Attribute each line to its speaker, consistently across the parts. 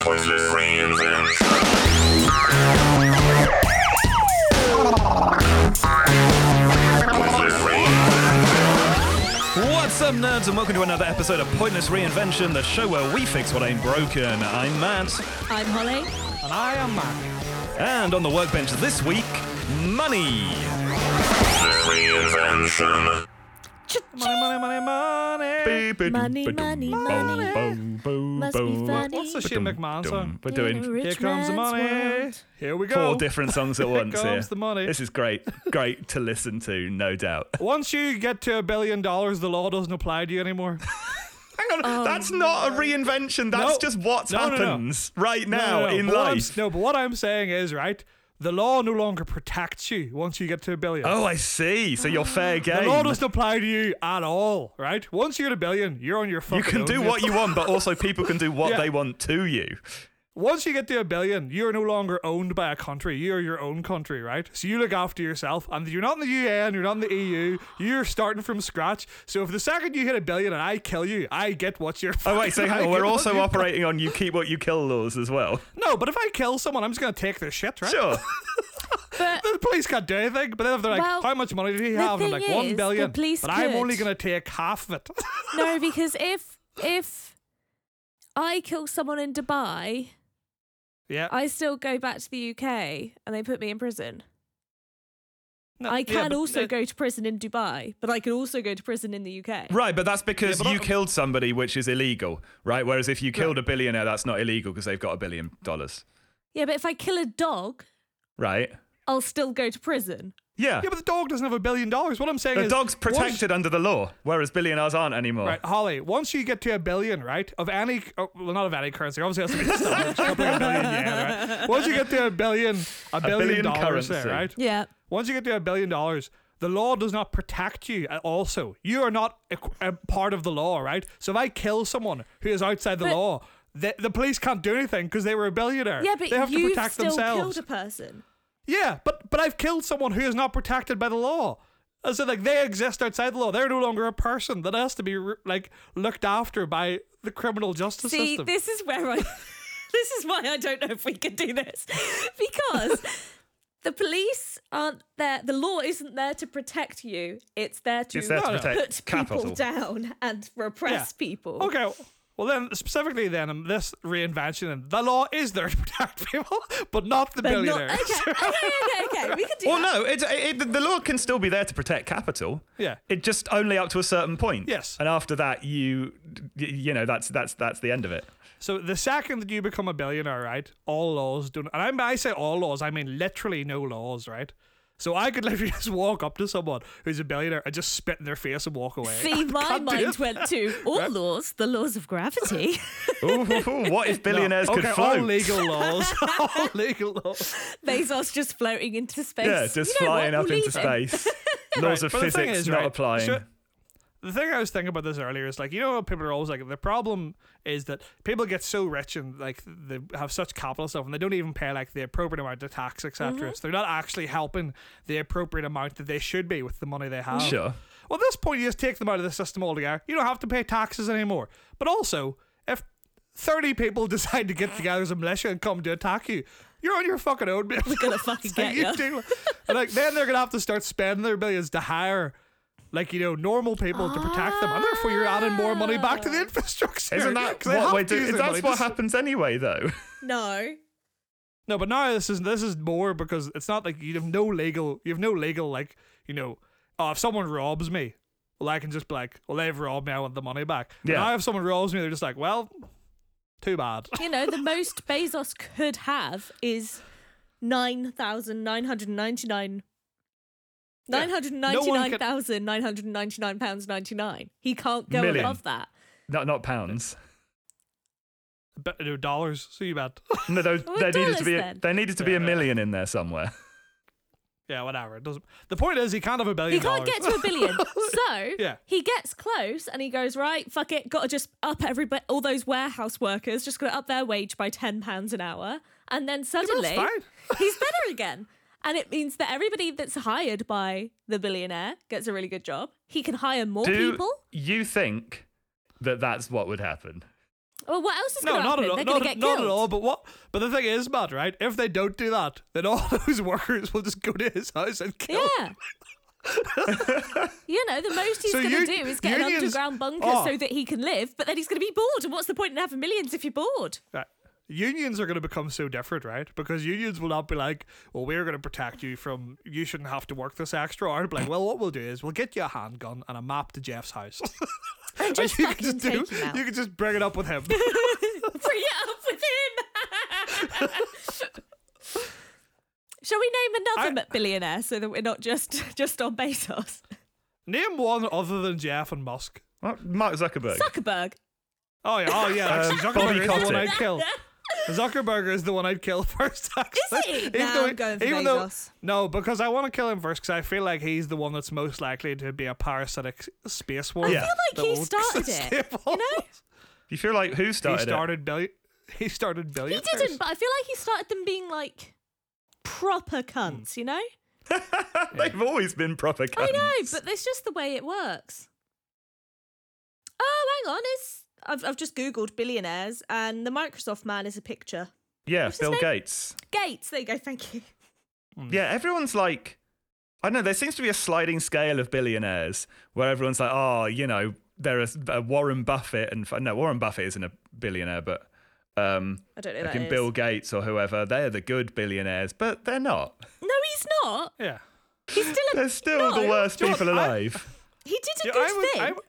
Speaker 1: pointless reinvention. Pointless
Speaker 2: What's up, nerds, and welcome to another episode of Pointless Reinvention, the show where we fix what ain't broken. I'm Matt,
Speaker 3: I'm Holly.
Speaker 4: And I am Matt.
Speaker 2: and on the workbench this week, money.
Speaker 1: reinvention.
Speaker 2: Money, money, money, money.
Speaker 3: Money, money, money.
Speaker 2: Boom, boom,
Speaker 3: Must be
Speaker 2: boom.
Speaker 3: funny.
Speaker 4: What's the Shane McMahon song?
Speaker 2: We're
Speaker 3: In a
Speaker 2: doing
Speaker 3: rich
Speaker 4: Here comes the
Speaker 3: man's
Speaker 4: money.
Speaker 3: world.
Speaker 4: Here we go.
Speaker 2: four different songs at once here.
Speaker 4: comes the money.
Speaker 2: This is great. Great to listen to, no doubt.
Speaker 4: Once you get to a billion dollars, the law doesn't apply to you anymore.
Speaker 2: Hang on, that's not a reinvention. That's
Speaker 4: Oh, No.
Speaker 2: just what
Speaker 4: No, no, no.
Speaker 2: happens right
Speaker 4: No,
Speaker 2: now
Speaker 4: no, no.
Speaker 2: in
Speaker 4: But what I'm-
Speaker 2: life.
Speaker 4: no, but what I'm saying is, right, the law no longer protects you once you get to a billion.
Speaker 2: Oh, I see. So you're fair game.
Speaker 4: the law doesn't apply to you at all, right? Once you're at a billion, you're on your fucking
Speaker 2: You can
Speaker 4: own,
Speaker 2: do
Speaker 4: dude.
Speaker 2: what you want, but also people can do what
Speaker 4: Yeah.
Speaker 2: they want to you.
Speaker 4: Once you get to a billion, you're no longer owned by a country. You're your own country, right? So you look after yourself, and you're not in the UN, you're not in the EU. You're starting from scratch. So if the second you hit a billion and I kill you, I get what's your.
Speaker 2: Oh wait, so
Speaker 4: I
Speaker 2: hang on,
Speaker 4: get
Speaker 2: we're
Speaker 4: what
Speaker 2: also
Speaker 4: you-
Speaker 2: operating on you keep what you kill laws as well.
Speaker 4: No, but if I kill someone, I'm just gonna take their shit, right?
Speaker 2: Sure.
Speaker 3: But
Speaker 4: The police can't do anything. But then if they're like,
Speaker 3: Well,
Speaker 4: "How much money did he
Speaker 3: the
Speaker 4: have?" and I'm
Speaker 3: thing
Speaker 4: like, "One
Speaker 3: is, the
Speaker 4: billion."
Speaker 3: police
Speaker 4: But I'm
Speaker 3: could.
Speaker 4: only gonna take half of it.
Speaker 3: no, because if if I kill someone in Dubai,
Speaker 4: yeah.
Speaker 3: I still go back to the UK and they put me in prison.
Speaker 4: No,
Speaker 3: I
Speaker 4: yeah,
Speaker 3: can
Speaker 4: but-
Speaker 3: also
Speaker 4: uh,
Speaker 3: go to prison in Dubai, but I can also go to prison in the UK.
Speaker 2: Right, but that's because
Speaker 4: but
Speaker 2: you
Speaker 4: I-
Speaker 2: killed somebody, which is illegal, right? Whereas if you killed a billionaire, that's not illegal because they've got a billion dollars,
Speaker 3: Yeah, but if I kill a dog,
Speaker 2: right?
Speaker 3: I'll still go to prison.
Speaker 2: Yeah.
Speaker 4: Yeah, but the dog doesn't have a billion dollars. What I'm saying
Speaker 2: the
Speaker 4: is,
Speaker 2: dog's
Speaker 4: once-
Speaker 2: protected under the law, whereas billionaires aren't anymore.
Speaker 3: Oh.
Speaker 4: Right, Holly. Once you get to a billion, right, of any, oh, well, not of any currency. Obviously, that's a bit stubborn, a billion yen, right? Once you get to a billion, a billion,
Speaker 2: billion
Speaker 4: dollars,
Speaker 2: currency.
Speaker 4: there, right?
Speaker 3: Yeah.
Speaker 4: Once you get to a billion dollars, the law does not protect you. uh, Also, you are not a, a part of the law, right? So if I kill someone who is outside the
Speaker 3: But-
Speaker 4: law, the, the police can't do anything because they were a billionaire.
Speaker 3: Yeah, but
Speaker 4: they have to
Speaker 3: you've
Speaker 4: protect
Speaker 3: still
Speaker 4: themselves.
Speaker 3: killed a person.
Speaker 4: Yeah, but but I've killed someone who is not protected by the law. As in, like they exist outside the law. They're no longer a person that has to be re- like looked after by the criminal justice
Speaker 3: See,
Speaker 4: system.
Speaker 3: this is where I. this is why I don't know if we can do this because the police aren't there. The law isn't there to protect you. It's there to,
Speaker 2: It's there to
Speaker 4: No, no.
Speaker 2: protect
Speaker 3: put
Speaker 2: capital.
Speaker 3: people down and repress people.
Speaker 4: okay. Well, then specifically, then um, this reinvention and the law is there to protect people, but not the
Speaker 3: But not,
Speaker 4: billionaires.
Speaker 3: okay, okay, okay, okay. We can do
Speaker 2: Well,
Speaker 3: that.
Speaker 2: no, it, it, it- the law can still be there to protect capital.
Speaker 4: Yeah.
Speaker 2: It just only up to a certain point.
Speaker 4: Yes.
Speaker 2: And after that, you, y- you know, that's that's that's the end of it.
Speaker 4: So the second that you become a billionaire, right, all laws don't. And I'm, I say all laws, I mean literally no laws, right. So I could literally just walk up to someone who's a billionaire and just spit in their face and walk away.
Speaker 3: See, my
Speaker 4: Can't do
Speaker 3: mind
Speaker 4: it.
Speaker 3: went to all laws, the laws of gravity.
Speaker 2: Ooh, what if billionaires
Speaker 4: No.
Speaker 2: could
Speaker 4: okay,
Speaker 2: float?
Speaker 4: All legal laws. all legal laws.
Speaker 3: Bezos just floating into space.
Speaker 2: Yeah, just
Speaker 3: You know what?
Speaker 2: flying up
Speaker 3: We'll
Speaker 2: into
Speaker 3: leave him.
Speaker 2: space. Laws of
Speaker 4: But the thing
Speaker 2: physics
Speaker 4: is,
Speaker 2: not
Speaker 4: right,
Speaker 2: applying.
Speaker 4: so- the thing I was thinking about this earlier is like, you know, people are always like, the problem is that people get so rich and like they have such capital stuff and they don't even pay like the appropriate amount of tax, etc. So they're not actually helping the appropriate amount that they should be with the money they have.
Speaker 2: Sure.
Speaker 4: Well, at this point, you just take them out of the system altogether. You don't have to pay taxes anymore. But also, if 30 people decide to get together as a militia and come to attack you, you're on your fucking own. We're
Speaker 3: gonna fucking get ya.
Speaker 4: do. And like, then they're going to have to start spending their billions to hire like you know normal people to protect them, and therefore you're adding more money back
Speaker 3: Ah.
Speaker 4: to the infrastructure.
Speaker 2: Isn't that
Speaker 4: 'Cause they
Speaker 2: what
Speaker 4: have
Speaker 2: we
Speaker 4: to
Speaker 2: do?
Speaker 4: use their
Speaker 2: That's
Speaker 4: money.
Speaker 2: what
Speaker 4: This-
Speaker 2: happens anyway, though.
Speaker 3: No.
Speaker 4: No, but now this is this is more because it's not like you have no legal, you have no legal like you know, oh if someone robs me, well I can just be like, well they've robbed me, I want the money back.
Speaker 2: Yeah.
Speaker 4: Yeah. Now if someone robs me, they're just like, well, too bad.
Speaker 3: you know, the most Bezos could have is 9,999.
Speaker 4: Yeah. No one can-
Speaker 3: 999,999 pounds 99. He can't go
Speaker 2: Million.
Speaker 3: above that.
Speaker 2: Not not pounds.
Speaker 4: But, you know, dollars, so you bet.
Speaker 2: No, those,
Speaker 3: Well,
Speaker 2: there needed to
Speaker 3: dollars
Speaker 2: be a,
Speaker 3: then.
Speaker 2: there needed to be a
Speaker 4: Yeah.
Speaker 2: million in there somewhere.
Speaker 4: yeah, whatever. It doesn't. The point is, he can't have a billion.
Speaker 3: He can't get
Speaker 4: dollars.
Speaker 3: to a billion. So
Speaker 4: Yeah.
Speaker 3: he gets close and he goes, right, fuck it, gotta just up everybody, all those warehouse workers, just gotta up their wage by £10 an hour. And then suddenly
Speaker 4: fine.
Speaker 3: he's better again. And it means that everybody that's hired by the billionaire gets a really good job. He can hire more
Speaker 2: Do
Speaker 3: people.
Speaker 2: you think that that's what would happen?
Speaker 3: Well, what else is
Speaker 4: No,
Speaker 3: going to
Speaker 4: not
Speaker 3: happen?
Speaker 4: at all.
Speaker 3: They're
Speaker 4: Not,
Speaker 3: going to get
Speaker 4: not at
Speaker 3: killed.
Speaker 4: all. But what? But the thing is, Matt, right? If they don't do that, then all those workers will just go to his house and kill. him.
Speaker 3: Yeah. you know, the most he's
Speaker 4: So
Speaker 3: going to
Speaker 4: you-
Speaker 3: do is get an
Speaker 4: unions-
Speaker 3: underground bunker
Speaker 4: Oh.
Speaker 3: so that he can live, but then he's going to be bored. And what's the point in having millions if you're bored?
Speaker 4: Right. Unions are going to become so different, right? Because unions will not be like, "Well, we're going to protect you from you shouldn't have to work this extra hour." Be like, "Well, what we'll do is we'll get you a handgun and a map to Jeff's house,
Speaker 3: And just
Speaker 4: you
Speaker 3: fucking take him out.
Speaker 4: you can just bring it up with him."
Speaker 3: Bring it up with him. Shall we name another billionaire so that we're not just just on Bezos?
Speaker 4: Name one other than Jeff and Musk.
Speaker 2: Well, Mark Zuckerberg.
Speaker 3: Zuckerberg.
Speaker 4: Oh yeah, oh yeah. Actually,
Speaker 2: Um,
Speaker 4: Zuckerberg
Speaker 2: Bobby
Speaker 4: is the one
Speaker 2: Kotick.
Speaker 4: I'd kill. Zuckerberg is the one I'd kill first. Actually.
Speaker 3: he?
Speaker 4: Even
Speaker 3: Nah,
Speaker 4: though-
Speaker 3: I'm going for
Speaker 4: even though-
Speaker 3: Bezos.
Speaker 4: no, because I want to kill him first because I feel like he's the one that's most likely to be a parasitic s- space war.
Speaker 2: I Yeah. feel
Speaker 3: like he started it,
Speaker 4: You know,
Speaker 2: You feel like who
Speaker 4: he
Speaker 2: started,
Speaker 4: started billion. He started
Speaker 3: He
Speaker 4: billion.
Speaker 3: didn't, but I feel like he started them being like proper
Speaker 4: Hmm.
Speaker 3: cunts, you know?
Speaker 2: it? They've always been proper
Speaker 3: I
Speaker 2: cunts.
Speaker 3: know, but that's just the way it works. Oh, hang on, it's I've I've just googled billionaires, and the Microsoft man is a picture.
Speaker 2: yeah,
Speaker 3: what's his
Speaker 2: Bill
Speaker 3: name?
Speaker 2: Gates.
Speaker 3: Gates, there you go, thank you.
Speaker 2: Yeah, everyone's like, I don't know, there seems to be a sliding scale of billionaires where everyone's like, oh, you know, there is uh, Warren Buffett and f- no, Warren Buffett isn't a billionaire, but um,
Speaker 3: I don't know who
Speaker 2: like
Speaker 3: that
Speaker 2: in
Speaker 3: is.
Speaker 2: Bill Gates or whoever, they're the good billionaires, but they're not.
Speaker 3: No, he's not.
Speaker 4: Yeah.
Speaker 3: He's still a
Speaker 2: They're still
Speaker 3: No.
Speaker 2: the worst
Speaker 4: Do you know
Speaker 2: people
Speaker 4: what? I-
Speaker 2: alive.
Speaker 3: He did
Speaker 4: Yeah,
Speaker 3: a good
Speaker 4: I was,
Speaker 3: thing.
Speaker 4: I w-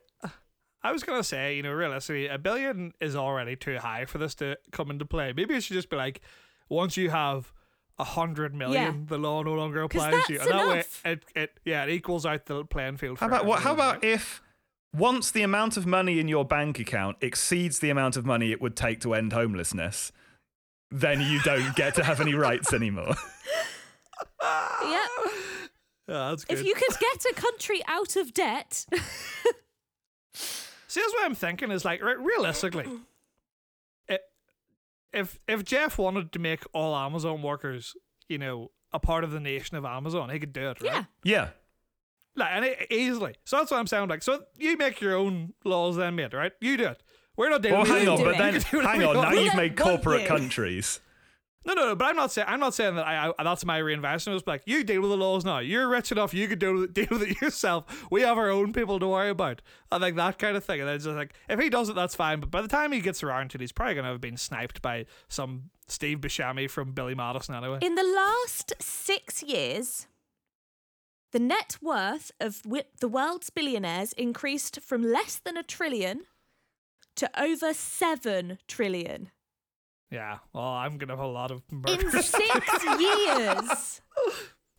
Speaker 4: I was gonna say, you know, realistically, a billion is already too high for this to come into play. Maybe it should just be like, once you have a hundred million, the law no longer
Speaker 3: 'Cause
Speaker 4: applies to you,
Speaker 3: that's
Speaker 4: and that
Speaker 3: enough.
Speaker 4: way, it, it yeah, it equals out the playing field.
Speaker 2: How
Speaker 4: for
Speaker 2: about what? How
Speaker 4: everyone,
Speaker 2: about if once the amount of money in your bank account exceeds the amount of money it would take to end homelessness, then you don't get to have any rights anymore.
Speaker 3: Yep.
Speaker 4: right? Yeah, that's Ah, good.
Speaker 3: If you could get a country out of debt,
Speaker 4: See, that's what I'm thinking is like, right, realistically, i- if if Jeff wanted to make all Amazon workers, you know, a part of the nation of Amazon, he could do it, right?
Speaker 3: yeah.
Speaker 2: yeah.
Speaker 4: Like, and it, easily. So that's what I'm saying. Like, so you make your own laws, then, mate. Right? You do it. We're not dealing
Speaker 2: Well,
Speaker 4: with
Speaker 2: hang
Speaker 4: you.
Speaker 2: on,
Speaker 3: do
Speaker 2: but
Speaker 3: it.
Speaker 2: then
Speaker 4: You can do
Speaker 2: hang
Speaker 4: whatever
Speaker 2: on.
Speaker 4: you
Speaker 2: Now
Speaker 4: want.
Speaker 2: you've
Speaker 3: Yeah,
Speaker 2: made
Speaker 3: won't
Speaker 2: corporate
Speaker 3: you?
Speaker 2: countries.
Speaker 4: No, no, no. But I'm not saying I'm not saying that I, I that's my reinvestment. It's like you deal with the laws now. You're rich enough. You could deal with, deal with it yourself. We have our own people to worry about. I think that kind of thing. And then it's just like if he does it, that's fine. But by the time he gets around to it, he's probably gonna have been sniped by some Steve Buscemi from Billy Madison anyway.
Speaker 3: In the last six years, the net worth of wi- the world's billionaires increased from less than a trillion to over seven trillion
Speaker 4: yeah. Well, I'm gonna have a lot of.
Speaker 3: in
Speaker 4: murders.
Speaker 3: six years.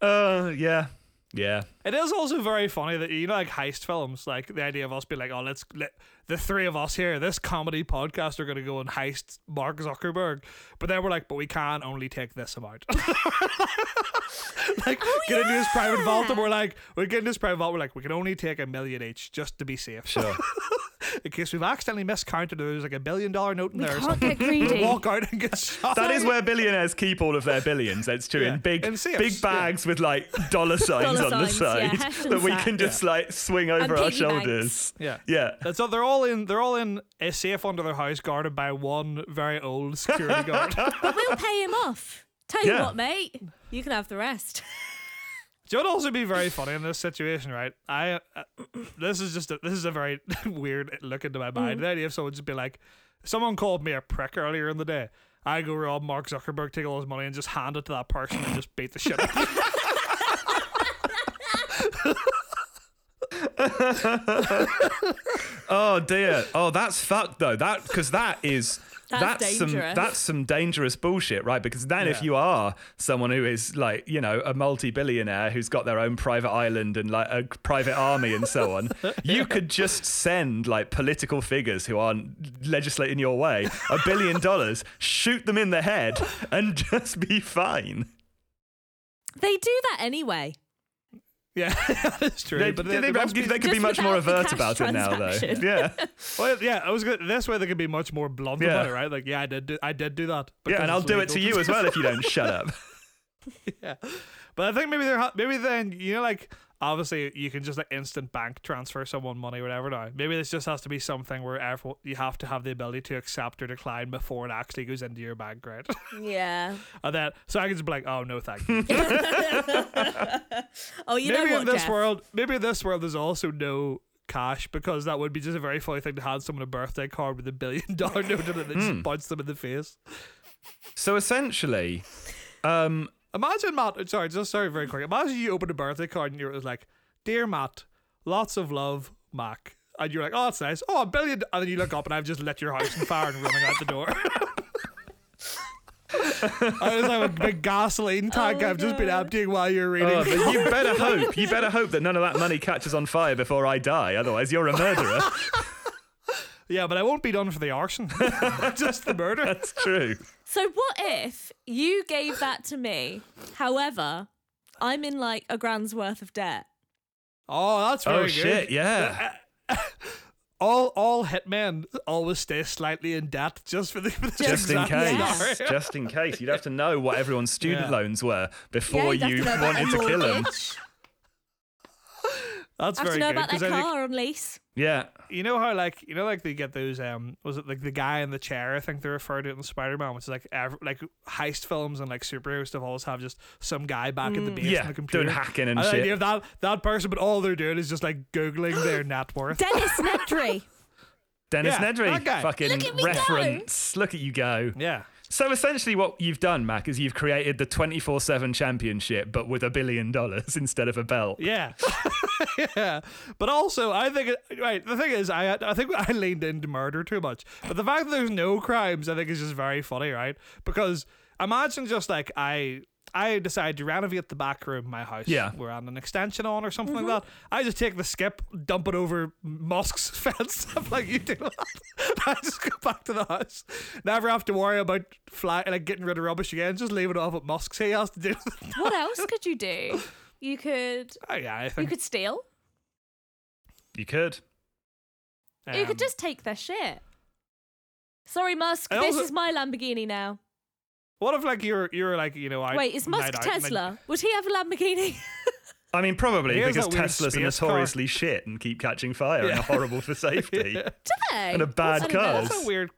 Speaker 2: Uh, yeah, yeah.
Speaker 4: It is also very funny that you know, like heist films, like the idea of us being like, "Oh, let's let the three of us here, this comedy podcast, are going to go and heist Mark Zuckerberg," but then we're like, "But we can only take this amount." like,
Speaker 3: Oh,
Speaker 4: get into his private vault, and we're like, "We get into his private vault, we're like, we can only take a million each, just to be safe,
Speaker 2: Sure.
Speaker 4: in case we've accidentally miscounted. There's like a billion dollar note in
Speaker 3: We
Speaker 4: there, or
Speaker 3: can't
Speaker 4: something.
Speaker 3: get greedy.
Speaker 4: Walk out and get shot.
Speaker 2: That is where billionaires keep all of their billions. That's true.
Speaker 4: Yeah,
Speaker 2: In big,
Speaker 4: in safes,
Speaker 2: big bags with like dollar signs
Speaker 3: Dollar
Speaker 2: on the
Speaker 3: signs,
Speaker 2: side
Speaker 3: yeah, hash and
Speaker 2: that we
Speaker 3: sack.
Speaker 2: can just like swing over our
Speaker 3: piggy banks.
Speaker 2: shoulders.
Speaker 4: Yeah.
Speaker 2: Yeah.
Speaker 4: And so they're all in. They're all in a safe under their house, guarded by one very old security guard.
Speaker 3: But we'll pay him off. Tell you
Speaker 2: Yeah.
Speaker 3: what, mate, you can have the rest.
Speaker 4: Do you know what would also be very funny in this situation, right? I uh, this is just a, this is a very weird look into my
Speaker 2: Mm.
Speaker 4: mind. The idea of someone just be like, someone called me a prick earlier in the day. I go rob Mark Zuckerberg, take all his money, and just hand it to that person and just beat the shit out. of him.
Speaker 2: Oh dear. Oh, that's fucked though. That because that is
Speaker 3: That's
Speaker 2: that's,
Speaker 3: dangerous.
Speaker 2: some that's some dangerous bullshit, right? Because then if
Speaker 4: Yeah.
Speaker 2: you are someone who is like you know a multi-billionaire who's got their own private island and like a private army and so on, you could just send like political figures who aren't legislating your way a billion dollars, shoot them in the head, and just be fine.
Speaker 3: They do that anyway.
Speaker 4: yeah, that's true.
Speaker 2: They,
Speaker 4: but
Speaker 2: they-
Speaker 4: they-
Speaker 2: they
Speaker 4: that's be-
Speaker 2: could be
Speaker 3: Just
Speaker 2: much more
Speaker 3: without the
Speaker 2: overt
Speaker 3: cash
Speaker 2: about it now, though.
Speaker 3: transaction.
Speaker 2: Yeah.
Speaker 4: well, yeah, I was gonna, this way they could be much more blunt
Speaker 2: Yeah.
Speaker 4: about it, right? Like, yeah, I did, do, I did do that.
Speaker 2: Yeah,
Speaker 4: because
Speaker 2: and I'll
Speaker 4: it's
Speaker 2: do it to
Speaker 4: legal.
Speaker 2: you as well if you don't shut up.
Speaker 4: yeah. But I think maybe they're ha- maybe then you know like obviously you can just like instant bank transfer someone money, whatever. Now maybe this just has to be something where everyone, you have to have the ability to accept or decline before it actually goes into your bank, right?
Speaker 3: Yeah.
Speaker 4: and then so I can just be like, oh no, thank you.
Speaker 3: Oh, you
Speaker 4: maybe
Speaker 3: know what,
Speaker 4: in this
Speaker 3: Jeff?
Speaker 4: world, maybe in this world, there's also no cash because that would be just a very funny thing to hand someone a birthday card with a billion dollar note in it and
Speaker 3: Hmm.
Speaker 4: just punch them in the face.
Speaker 2: So essentially, um,
Speaker 4: Imagine Matt. Sorry, just sorry, very quick. Imagine you open a birthday card and you're it was like, "Dear Matt, lots of love, Mac." And you're like, "Oh, that's nice. Oh, a billion. do-" And then you look up and I've just lit your house on fire and running out the door. I just have a big gasoline tank
Speaker 3: Oh my
Speaker 4: I've just been
Speaker 3: God.
Speaker 4: emptying while you're reading.
Speaker 2: oh, but you better hope you better hope that none of that money catches on fire before I die. Otherwise, you're a murderer.
Speaker 4: yeah, but I won't be done for the arson. just the murder.
Speaker 2: That's true.
Speaker 3: So what if you gave that to me? However, I'm in like a grand's worth of debt.
Speaker 4: Oh, that's very
Speaker 2: Oh
Speaker 4: good.
Speaker 2: shit! Yeah.
Speaker 4: All all hitmen always stay slightly in debt just for the for this
Speaker 2: Just in
Speaker 4: exact
Speaker 3: Yes.
Speaker 2: case,
Speaker 4: scenario.
Speaker 2: just in case, you'd have to know what everyone's student
Speaker 4: Yeah.
Speaker 2: loans were before
Speaker 3: yeah,
Speaker 2: you
Speaker 3: you'd have to know about
Speaker 2: wanted
Speaker 3: their
Speaker 2: to kill them.
Speaker 3: mortgage.
Speaker 4: That's
Speaker 3: have
Speaker 4: very
Speaker 3: to know
Speaker 4: good.
Speaker 3: about
Speaker 4: 'cause
Speaker 3: their
Speaker 4: I think-
Speaker 3: car on lease.
Speaker 2: Yeah,
Speaker 4: you know how like you know like they get those um was it like the guy in the chair I think they refer to it in Spider Man which is like ev- like heist films and like superhero stuff always have just some guy back at the base
Speaker 2: Yeah,
Speaker 4: on the
Speaker 2: doing
Speaker 4: computer
Speaker 2: hacking and
Speaker 4: I
Speaker 2: shit.
Speaker 4: idea of that that person but all they're doing is just like googling their net worth
Speaker 3: Dennis Nedry.
Speaker 2: Dennis
Speaker 4: Yeah, that
Speaker 2: Nedry,
Speaker 4: guy.
Speaker 2: fucking
Speaker 3: Look at me go.
Speaker 2: reference. Look at you go.
Speaker 4: yeah
Speaker 2: So essentially, what you've done, Mac, is you've created the 24 7 championship, but with a billion dollars instead of a belt.
Speaker 4: yeah yeah but also I think it, right the thing is I I think I leaned into murder too much but the fact that there's no crimes I think is just very funny right because imagine just like I. I decide to renovate the back room of my house.
Speaker 2: Yeah.
Speaker 4: we're on an extension on or something like that. I just take the skip, dump it over Musk's fence. I'm like, you do that. I just go back to the house. Never have to worry about fly like getting rid of rubbish again. Just leave it off at Musk's. He has to do. It.
Speaker 3: What else could you do? You could
Speaker 4: Oh, yeah, I
Speaker 3: you
Speaker 4: think
Speaker 3: could steal.
Speaker 2: You could.
Speaker 3: you
Speaker 4: um,
Speaker 3: could just take their shit. Sorry, Musk.
Speaker 4: I
Speaker 3: This
Speaker 4: also-
Speaker 3: is my Lamborghini now.
Speaker 4: What if like you're you're like you know I
Speaker 3: Wait, is Musk Tesla? Would he have a Lamborghini?
Speaker 2: I mean, probably
Speaker 4: Here's
Speaker 2: because
Speaker 4: that weird
Speaker 2: Teslas are
Speaker 4: space car.
Speaker 2: notoriously shit and keep catching fire and
Speaker 4: Yeah.
Speaker 2: are horrible for safety.
Speaker 3: Do they?
Speaker 2: And a bad
Speaker 3: What's-
Speaker 2: car.
Speaker 4: What's that weird?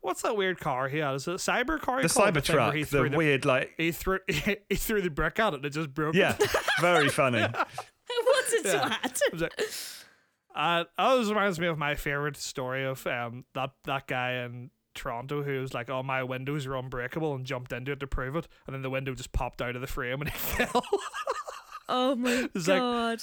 Speaker 4: What's that weird car he had? Is it a cyber car?
Speaker 2: The Cybertruck, the, weird, like,
Speaker 4: He threw he threw the brick at it and it just broke.
Speaker 2: yeah, very funny.
Speaker 3: What's it
Speaker 4: Yeah.
Speaker 3: to add?
Speaker 4: It was like- uh, it always reminds me of my favorite story of um that that guy in Toronto who was like, "Oh, my windows are unbreakable," and jumped into it to prove it, and then the window just popped out of the frame and he fell.
Speaker 3: Oh my
Speaker 4: It's like-
Speaker 3: god.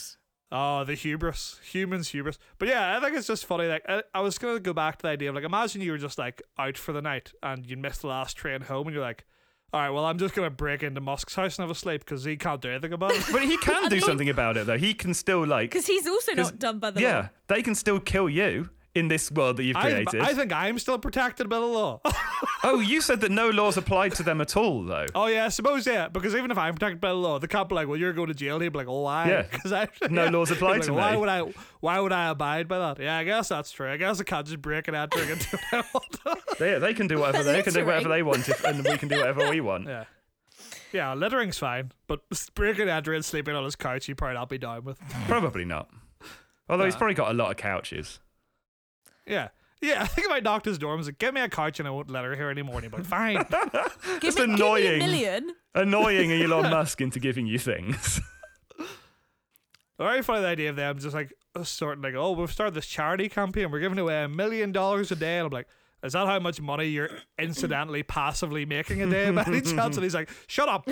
Speaker 4: Oh, the hubris, humans hubris. But yeah, I think it's just funny. Like, I, I was gonna go back to the idea of like, imagine you were just like out for the night and you missed the last train home, and you're like, all right, well, I'm just gonna break into Musk's house and have a sleep because he can't do anything about it.
Speaker 2: But he can do something about it, though. He can still, like,
Speaker 3: Because he's also
Speaker 2: 'cause-
Speaker 3: not done by the law.
Speaker 2: yeah, they can still kill you in this world that you've
Speaker 4: I,
Speaker 2: created.
Speaker 4: I think I'm still protected by the law.
Speaker 2: oh, you said that no laws applied to them at all, though.
Speaker 4: oh yeah, I suppose yeah, because even if I'm protected by the law, the cop be like, well, you're going to jail. He'd be like, oh, why?
Speaker 2: Yeah.
Speaker 4: Because I
Speaker 2: No laws
Speaker 4: He'd be
Speaker 2: apply
Speaker 4: like,
Speaker 2: to me.
Speaker 4: why Would I, why would I abide by that? Yeah, I guess that's true. I guess I can't just break it out, drink it, do what I want.
Speaker 2: They, they can do whatever they can do whatever
Speaker 3: Littering.
Speaker 2: they want, if, and we can do whatever we want.
Speaker 4: Yeah. Yeah, littering's fine, but breaking Andrew and sleeping on his couch, you probably not be down with.
Speaker 2: Probably not. Although he's
Speaker 4: Nah.
Speaker 2: probably got a lot of couches.
Speaker 4: Yeah. Yeah, I think if I knocked his door and was like, get me a couch and I won't let her here anymore. And he'd be like, fine.
Speaker 3: Give
Speaker 2: Just
Speaker 3: me- give me a
Speaker 2: annoying.
Speaker 3: million.
Speaker 2: Annoying Elon Musk into giving you things.
Speaker 4: Very funny the idea of them just like starting like, oh, we've started this charity campaign. We're giving away a million dollars a day. And I'm like, is that how much money you're incidentally passively making a day by any chance? And he's like, shut up.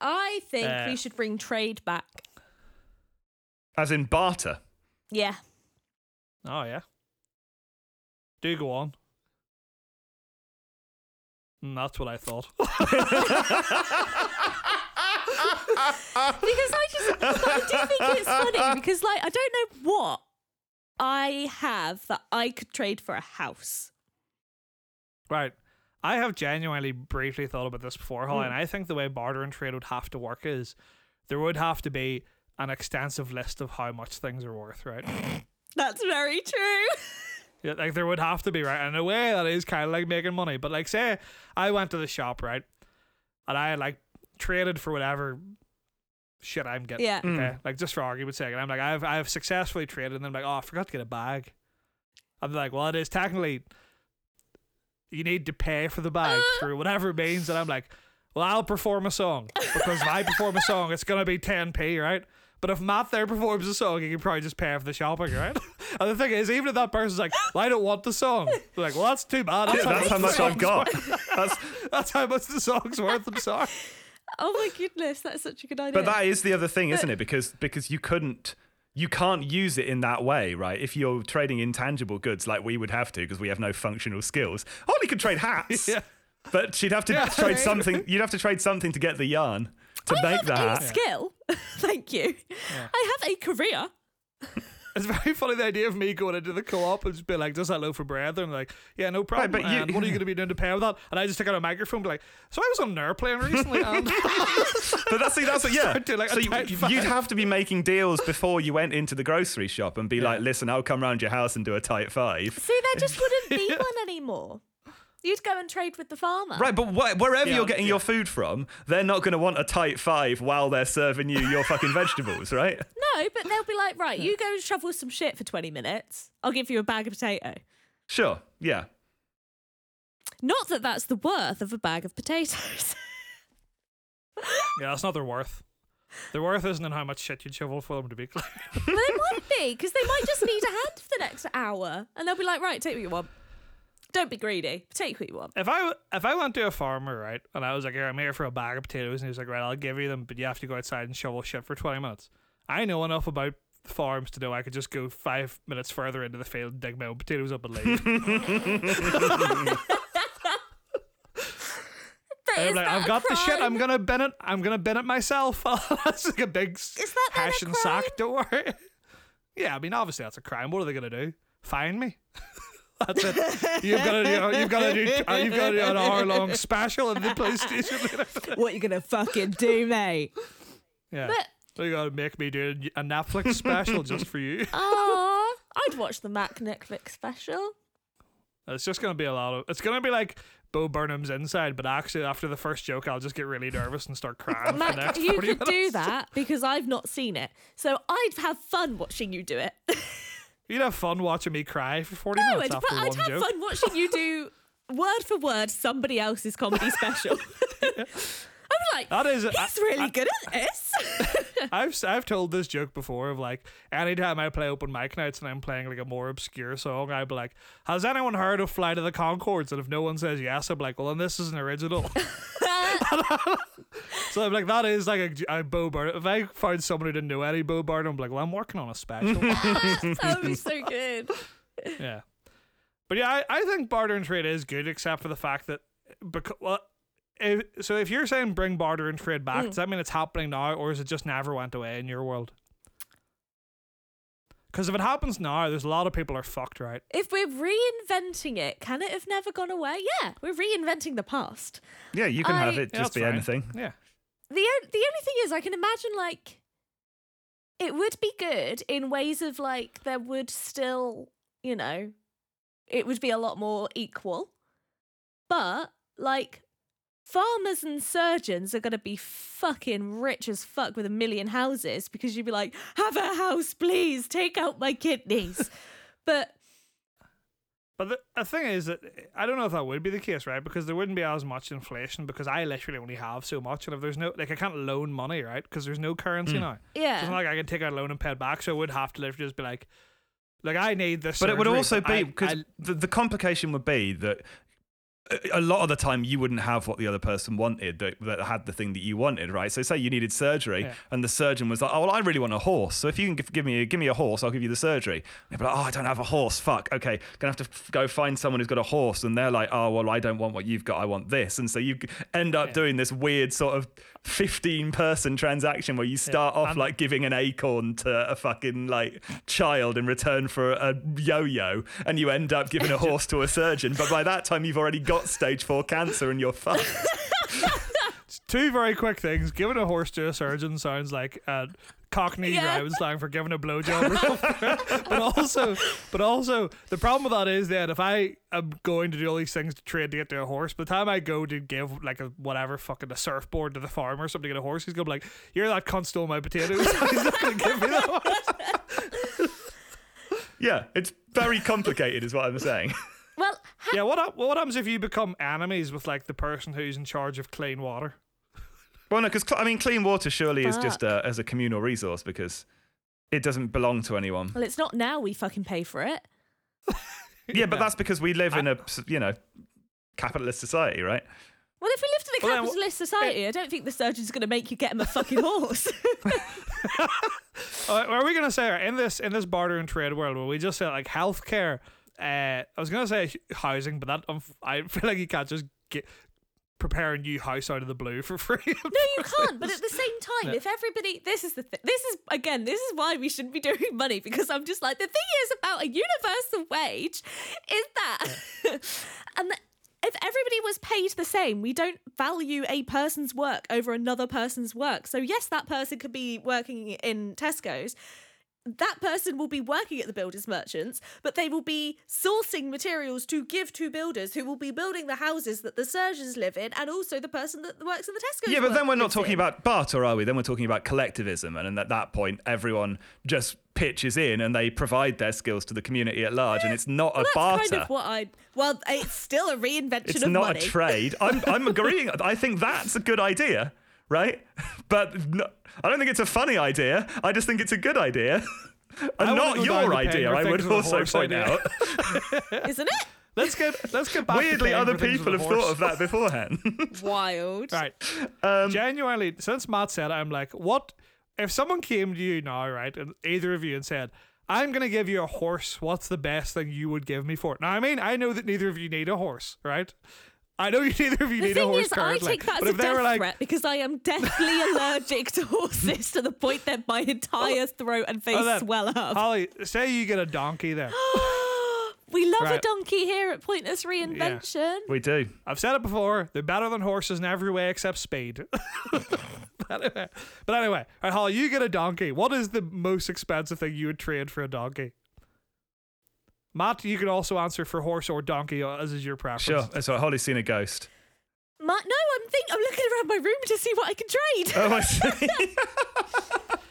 Speaker 3: I think
Speaker 4: Uh,
Speaker 3: we should bring trade back.
Speaker 2: As in barter.
Speaker 3: Yeah.
Speaker 4: Oh yeah. Do go on. Mm, that's what I thought.
Speaker 3: Because I just I do think it's funny because like I don't know what I have that I could trade for a house.
Speaker 4: Right. I have genuinely briefly thought about this before, Holly, and I think the way barter and trade would have to work is there would have to be an extensive list of how much things are worth, right?
Speaker 3: That's very true.
Speaker 4: Yeah, like there would have to be, right? In a way, that is kind of like making money. But like, say I went to the shop, right, and I like traded for whatever shit I'm getting.
Speaker 3: Yeah.
Speaker 2: Mm.
Speaker 4: Okay. Like just for argument's sake, and I'm like, I've I've successfully traded, and then I'm like, oh, I forgot to get a bag. I'm like, well, it is technically you need to pay for the bag through whatever means, and I'm like, well, I'll perform a song because if I perform a song, it's gonna be 10p, right? But if Matt there performs a song, he can probably just pay for the shopping, right? and the thing is, even if that person's like, well, I don't want the song, they're like, well, that's too bad. That's,
Speaker 2: That's how
Speaker 4: the
Speaker 2: much I've
Speaker 4: song's
Speaker 2: got. That's,
Speaker 4: worth. That's how much the song's worth. I'm sorry.
Speaker 3: Oh my goodness, that's such a good idea.
Speaker 2: but that is the other thing, isn't it? Because because you couldn't you can't use it in that way, right? If you're trading intangible goods like we would have to because we have no functional skills. Holly could trade hats.
Speaker 4: Yeah.
Speaker 2: But she'd have to
Speaker 4: Yeah.
Speaker 2: trade something you'd have to trade something to get the yarn to
Speaker 3: I
Speaker 2: make
Speaker 3: have
Speaker 2: the
Speaker 3: a
Speaker 2: hat.
Speaker 3: skill. Thank you. I have a career.
Speaker 4: It's very funny the idea of me going into the co-op and just being like, "Does that loaf for bread?" And like, "Yeah, no problem."
Speaker 2: but you-
Speaker 4: and what are you going to be doing to pair with that? And I just take out a microphone, and be like, "So I was on an airplane recently." and
Speaker 2: But that's the that's the- yeah.
Speaker 4: Start doing, like,
Speaker 2: so
Speaker 4: a
Speaker 2: you,
Speaker 4: tight five.
Speaker 2: would have to be making deals before you went into the grocery shop and be like, "Listen, I'll come round your house and do a tight five.
Speaker 3: See, there just wouldn't be one anymore. You'd go and trade with the farmer.
Speaker 2: Right, but wh- wherever
Speaker 4: Yeah,
Speaker 2: you're getting your food from, they're not going to want a tight five while they're serving you your fucking vegetables, right?
Speaker 3: No, but they'll be like, right, you go and shovel some shit for 20 minutes. I'll give you a bag of potato.
Speaker 2: Sure, yeah.
Speaker 3: Not that that's the worth of a bag of potatoes.
Speaker 4: yeah, that's not their worth. Their worth isn't in how much shit you shovel for them to be clear.
Speaker 3: but it might be, because they might just need a hand for the next hour. And they'll be like, right, take what you want. Don't be greedy. Take what you want.
Speaker 4: If I if I went to a farmer right, and I was like, "Here, I'm here for a bag of potatoes," and he was like, "Right, I'll give you them, but you have to go outside and shovel shit for 20 minutes." I know enough about farms to know I could just go five minutes further into the field, dig my own potatoes up, and leave.
Speaker 3: But
Speaker 4: I'm
Speaker 3: is
Speaker 4: like,
Speaker 3: that
Speaker 4: I've
Speaker 3: a
Speaker 4: got the shit.
Speaker 3: crime?
Speaker 4: I'm gonna bin it. I'm gonna bin it myself. Oh, That's like a big s-
Speaker 3: Is that then a
Speaker 4: hash and sack. Don't worry. Yeah, I mean, obviously that's a crime. What are they gonna do? Fine me. that's it. You've got to do. You've got to do. uh, You've got to do an hour long special in the police station. later.
Speaker 3: What you gonna fucking do, mate?
Speaker 4: yeah.
Speaker 3: But-
Speaker 4: so you gotta make me do a Netflix special just for you.
Speaker 3: Aww, I'd watch the Mac Netflix special.
Speaker 4: It's just gonna be a lot of. It's gonna be like Bo Burnham's Inside, but actually after the first joke, I'll just get really nervous and start crying. for the
Speaker 3: Mac,
Speaker 4: next
Speaker 3: you
Speaker 4: 40
Speaker 3: could do
Speaker 4: minutes.
Speaker 3: that because I've not seen it, so I'd have fun watching you do it.
Speaker 4: You'd have fun watching me cry for forty
Speaker 3: I would,
Speaker 4: minutes
Speaker 3: but
Speaker 4: after
Speaker 3: I'd
Speaker 4: one
Speaker 3: have
Speaker 4: joke.
Speaker 3: fun watching you do word for word somebody else's comedy special. I'm like,
Speaker 4: That is-
Speaker 3: he's
Speaker 4: I-
Speaker 3: really
Speaker 4: I-
Speaker 3: good at this.
Speaker 4: I've s- I've told this joke before of like anytime I play open mic nights and I'm playing like a more obscure song, I'd be like, "Has anyone heard of Flight of the Concords?" And if no one says yes, I'm like, "Well, then this is an original." so I'm like, "That is like a, a Bo Burnham." If I found someone who didn't know any Bo Burnham, I'm like, "Well, I'm working on a special."
Speaker 3: that would be so good.
Speaker 4: yeah, but yeah, I, I think barter and trade is good, except for the fact that because well. If, so if you're saying bring barter and trade
Speaker 2: Hmm.
Speaker 4: back, does that mean it's happening now, or is it just never went away in your world? Because if it happens now, there's a lot of people are fucked, right?
Speaker 3: If we're reinventing it, can it have never gone away? Yeah, we're reinventing the past.
Speaker 2: Yeah, you can have
Speaker 3: I-
Speaker 2: it
Speaker 4: Yeah,
Speaker 2: just
Speaker 4: that's
Speaker 2: be
Speaker 4: fine.
Speaker 2: anything.
Speaker 4: Yeah,
Speaker 3: the on- the only thing is I can imagine like it would be good in ways of like there would still you know it would be a lot more equal but like farmers and surgeons are going to be fucking rich as fuck with a million houses because you'd be like have a house please take out my kidneys but
Speaker 4: but the, the thing is that I don't know if that would be the case, right? Because there wouldn't be as much inflation because I literally only have so much, and if there's no like, I can't loan money, right? Because there's no currency
Speaker 2: Hmm.
Speaker 4: now. So it's
Speaker 3: yeah
Speaker 4: not like I can take out a loan and pay it back, so I would have to literally just be like, like I need this.
Speaker 2: But it would
Speaker 4: surgery,
Speaker 2: also be
Speaker 4: I-
Speaker 2: because
Speaker 4: I-
Speaker 2: the, the complication would be that a- a lot of the time you wouldn't have what the other person wanted that, that had the thing that you wanted, right? So say you needed surgery
Speaker 4: Yeah.
Speaker 2: and the surgeon was like, "Oh, well, I really want a horse. So if you can give, give me a, give me a horse, I'll give you the surgery." They'd be like, "Oh, I don't have a horse. Fuck. Okay, gonna have to f- go find someone who's got a horse." And they're like, "Oh, well, I don't want what you've got. I want this." And so you g- end up doing this weird sort of fifteen-person transaction where you start off
Speaker 4: and-
Speaker 2: like giving an acorn to a fucking like child in return for a yo-yo and you end up giving a horse to a surgeon but by that time you've already got stage 4 cancer and you're fucked
Speaker 4: Two very quick things. Giving a horse to a surgeon sounds like a Cockney
Speaker 3: Yeah.
Speaker 4: driving slang for giving a blowjob or something. but also, but also, the problem with that is that if I am going to do all these things to trade to get to a horse, by the time I go to give like a whatever fucking a surfboard to the farmer or something to get a horse, he's gonna be like, "You're that cunt stole my potatoes." he's not gonna give me that. One.
Speaker 2: Yeah, it's very complicated, is what I'm saying.
Speaker 3: Well, ha-
Speaker 4: Yeah, what hap- what happens if you become enemies with like the person who's in charge of clean water?
Speaker 2: Well, no, because I mean, clean water surely is just
Speaker 3: Fuck.
Speaker 2: a, as a communal resource because it doesn't belong to anyone.
Speaker 3: well, it's not now we fucking pay for it.
Speaker 2: Yeah, but that's because we live in a you know capitalist society, right?
Speaker 3: Well, if we lived in a
Speaker 4: Well, then wh-
Speaker 3: capitalist society, I don't think the surgeon's going to make you get him a fucking horse.
Speaker 4: Uh, are we gonna say in this in this barter and trade world, will we just say like healthcare? Uh, I was gonna say hu- housing, but that um, I feel like you can't just get prepare a new house out of the blue for free.
Speaker 3: No, you can't. But at the same time, if everybody, this is the thing. This is again, this is why we shouldn't be doing money because I'm just like the thing is about a universal wage is that, and that if everybody was paid the same, we don't value a person's work over another person's work. So yes, that person could be working in Tesco's. That person will be working at the builders merchants, but they will be sourcing materials to give to builders who will be building the houses that the surgeons live in and also the person that works in the Tesco's.
Speaker 2: Yeah, but then
Speaker 3: work-
Speaker 2: we're not
Speaker 3: lives
Speaker 2: talking
Speaker 3: in.
Speaker 2: about barter, are we? Then we're talking about collectivism, and then at that point, everyone just pitches in and they provide their skills to the community at large, and it's not a
Speaker 3: Well, that's
Speaker 2: barter.
Speaker 3: kind of what I. Well, it's still a reinvention
Speaker 2: it's
Speaker 3: of
Speaker 2: not
Speaker 3: money.
Speaker 2: a trade. I'm, I'm agreeing. I think that's a good idea, right? But no, I don't think it's a funny idea. I just think it's a good idea. And
Speaker 4: wanna
Speaker 2: not
Speaker 4: go down
Speaker 2: your
Speaker 4: the
Speaker 2: idea,
Speaker 4: Penguin
Speaker 2: I would
Speaker 4: Things with a
Speaker 2: also
Speaker 4: Horse
Speaker 2: point
Speaker 4: idea.
Speaker 2: out.
Speaker 3: isn't it?
Speaker 4: let's get let's get back. to
Speaker 2: Weirdly,
Speaker 4: paying for
Speaker 2: other
Speaker 4: things
Speaker 2: people
Speaker 4: with
Speaker 2: have
Speaker 4: a
Speaker 2: thought
Speaker 4: horse.
Speaker 2: of that beforehand.
Speaker 3: Wild.
Speaker 4: Right. Genuinely, since Matt said, I'm like, what if someone came to you now, right, and either of you and said, I'm gonna give you a horse. What's the best thing you would give me for it? Now, I mean, I know that neither of you need a horse, right? I know you neither of you
Speaker 3: The
Speaker 4: need a
Speaker 3: thing
Speaker 4: horse
Speaker 3: is, I
Speaker 4: currently.
Speaker 3: take that
Speaker 4: but
Speaker 3: as a
Speaker 4: if they
Speaker 3: death
Speaker 4: were like,
Speaker 3: threat because I am deathly allergic to horses to the point that my entire throat and face
Speaker 4: Oh, then,
Speaker 3: swell up.
Speaker 4: Holly, say you get a donkey there.
Speaker 3: we love a
Speaker 4: Right.
Speaker 3: donkey here at Pointless Reinvention.
Speaker 2: we do.
Speaker 4: I've said it before, they're better than horses in every way except speed. but anyway, but anyway, all right, Holly, you get a donkey. What is the most expensive thing you would trade for a donkey? Matt, you can also answer for horse or donkey, uh, as is your preference.
Speaker 2: Sure. That's right. Holly's seen a ghost.
Speaker 3: My, no, I'm think I'm looking around my room to see what I can trade.
Speaker 2: Oh, I see.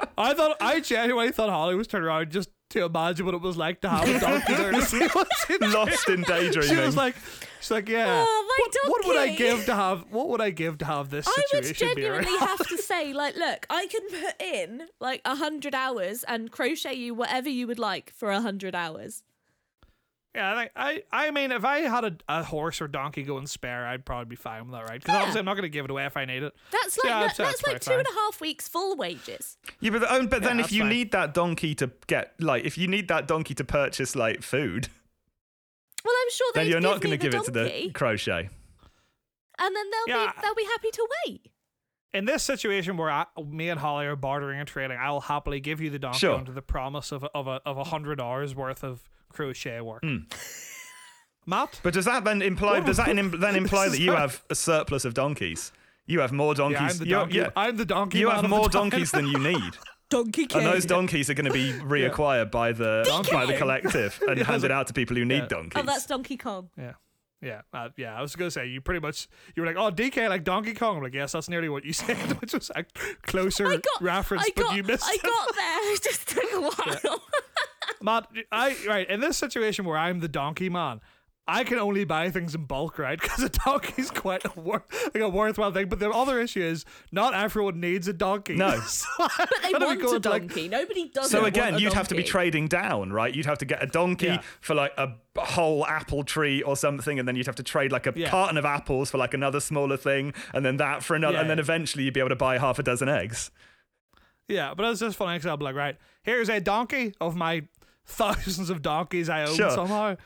Speaker 4: I thought I genuinely thought Holly was turning around just to imagine what it was like to have a donkey there to see what's in
Speaker 2: Lost in daydreaming.
Speaker 4: She was like, she's like, yeah.
Speaker 3: Oh, my
Speaker 4: what, what would I
Speaker 3: donkey."
Speaker 4: give to have? What would I give to have this
Speaker 3: I would
Speaker 4: situation? be around?
Speaker 3: genuinely have to say, like, look, I can put in like a hundred hours and crochet you whatever you would like for a hundred hours.
Speaker 4: Yeah, I, think- I, I mean, if I had a, a horse or donkey go and spare, I'd probably be fine with that, right? Because obviously, I'm not going to give it away if I need it.
Speaker 3: That's
Speaker 4: So,
Speaker 3: like
Speaker 4: yeah, I'd
Speaker 3: that-
Speaker 4: say
Speaker 3: that's like two
Speaker 4: pretty
Speaker 3: and a
Speaker 4: fine.
Speaker 3: half weeks full wages.
Speaker 2: Yeah, but, the, oh, but then if
Speaker 4: that's
Speaker 2: you
Speaker 4: fine.
Speaker 2: need that donkey to get like, if you need that donkey to purchase like food,
Speaker 3: Well, I'm sure
Speaker 2: then
Speaker 3: they'd
Speaker 2: you're not
Speaker 3: give
Speaker 2: going
Speaker 3: me
Speaker 2: to give
Speaker 3: the
Speaker 2: it to the
Speaker 3: donkey,
Speaker 2: crochet.
Speaker 3: and then they'll be
Speaker 4: Yeah.
Speaker 3: they'll be happy to wait.
Speaker 4: In this situation where I, me and Holly are bartering and trading, I will happily give you the donkey
Speaker 2: Sure.
Speaker 4: under the promise of a, of a of a hundred hours worth of crochet work.
Speaker 2: Hmm.
Speaker 4: Matt,
Speaker 2: But does that then imply?
Speaker 4: What
Speaker 2: Does that
Speaker 4: was-
Speaker 2: in, then imply that you
Speaker 4: Sorry.
Speaker 2: have a surplus of donkeys? You have more
Speaker 4: yeah, I'm
Speaker 2: donkeys.
Speaker 4: the
Speaker 2: you're-
Speaker 4: donkey.
Speaker 2: yeah.
Speaker 4: I'm the donkey.
Speaker 2: you
Speaker 4: man
Speaker 2: have
Speaker 4: of the
Speaker 2: more
Speaker 4: donkey.
Speaker 2: donkeys than you need,
Speaker 3: Donkey King.
Speaker 2: and those donkeys are going to be reacquired by the by the
Speaker 3: King.
Speaker 2: collective and handed out to people who need donkeys.
Speaker 3: oh, that's Donkey Kong.
Speaker 4: Yeah. Yeah, uh, yeah. I was gonna say you pretty much you were like, oh, DK like Donkey Kong. I'm like, yes, that's nearly what you said, which was a closer
Speaker 3: I got
Speaker 4: reference,
Speaker 3: I
Speaker 4: but
Speaker 3: got,
Speaker 4: you missed.
Speaker 3: I
Speaker 4: it.
Speaker 3: got there. It just took a while.
Speaker 4: Matt, I right in this situation where I'm the donkey man, I can only buy things in bulk, right? Because a donkey's quite a wor- like a worthwhile thing. But the other issue is not everyone needs a donkey.
Speaker 2: No.
Speaker 4: but
Speaker 3: they want a donkey. Nobody does.
Speaker 2: So
Speaker 3: want
Speaker 2: again,
Speaker 3: a
Speaker 2: you'd have to be
Speaker 3: donkey.
Speaker 2: trading down, right? You'd have to get a donkey
Speaker 4: Yeah.
Speaker 2: for like a b- whole apple tree or something, and then you'd have to trade like a
Speaker 4: Yeah.
Speaker 2: carton of apples for like another smaller thing, and then that for another,
Speaker 4: Yeah,
Speaker 2: and then
Speaker 4: yeah.
Speaker 2: eventually you'd be able to buy half a dozen eggs.
Speaker 4: yeah, but it's just funny because I'm like, right, here's a donkey of my thousands of donkeys I own
Speaker 2: Sure.
Speaker 4: somehow.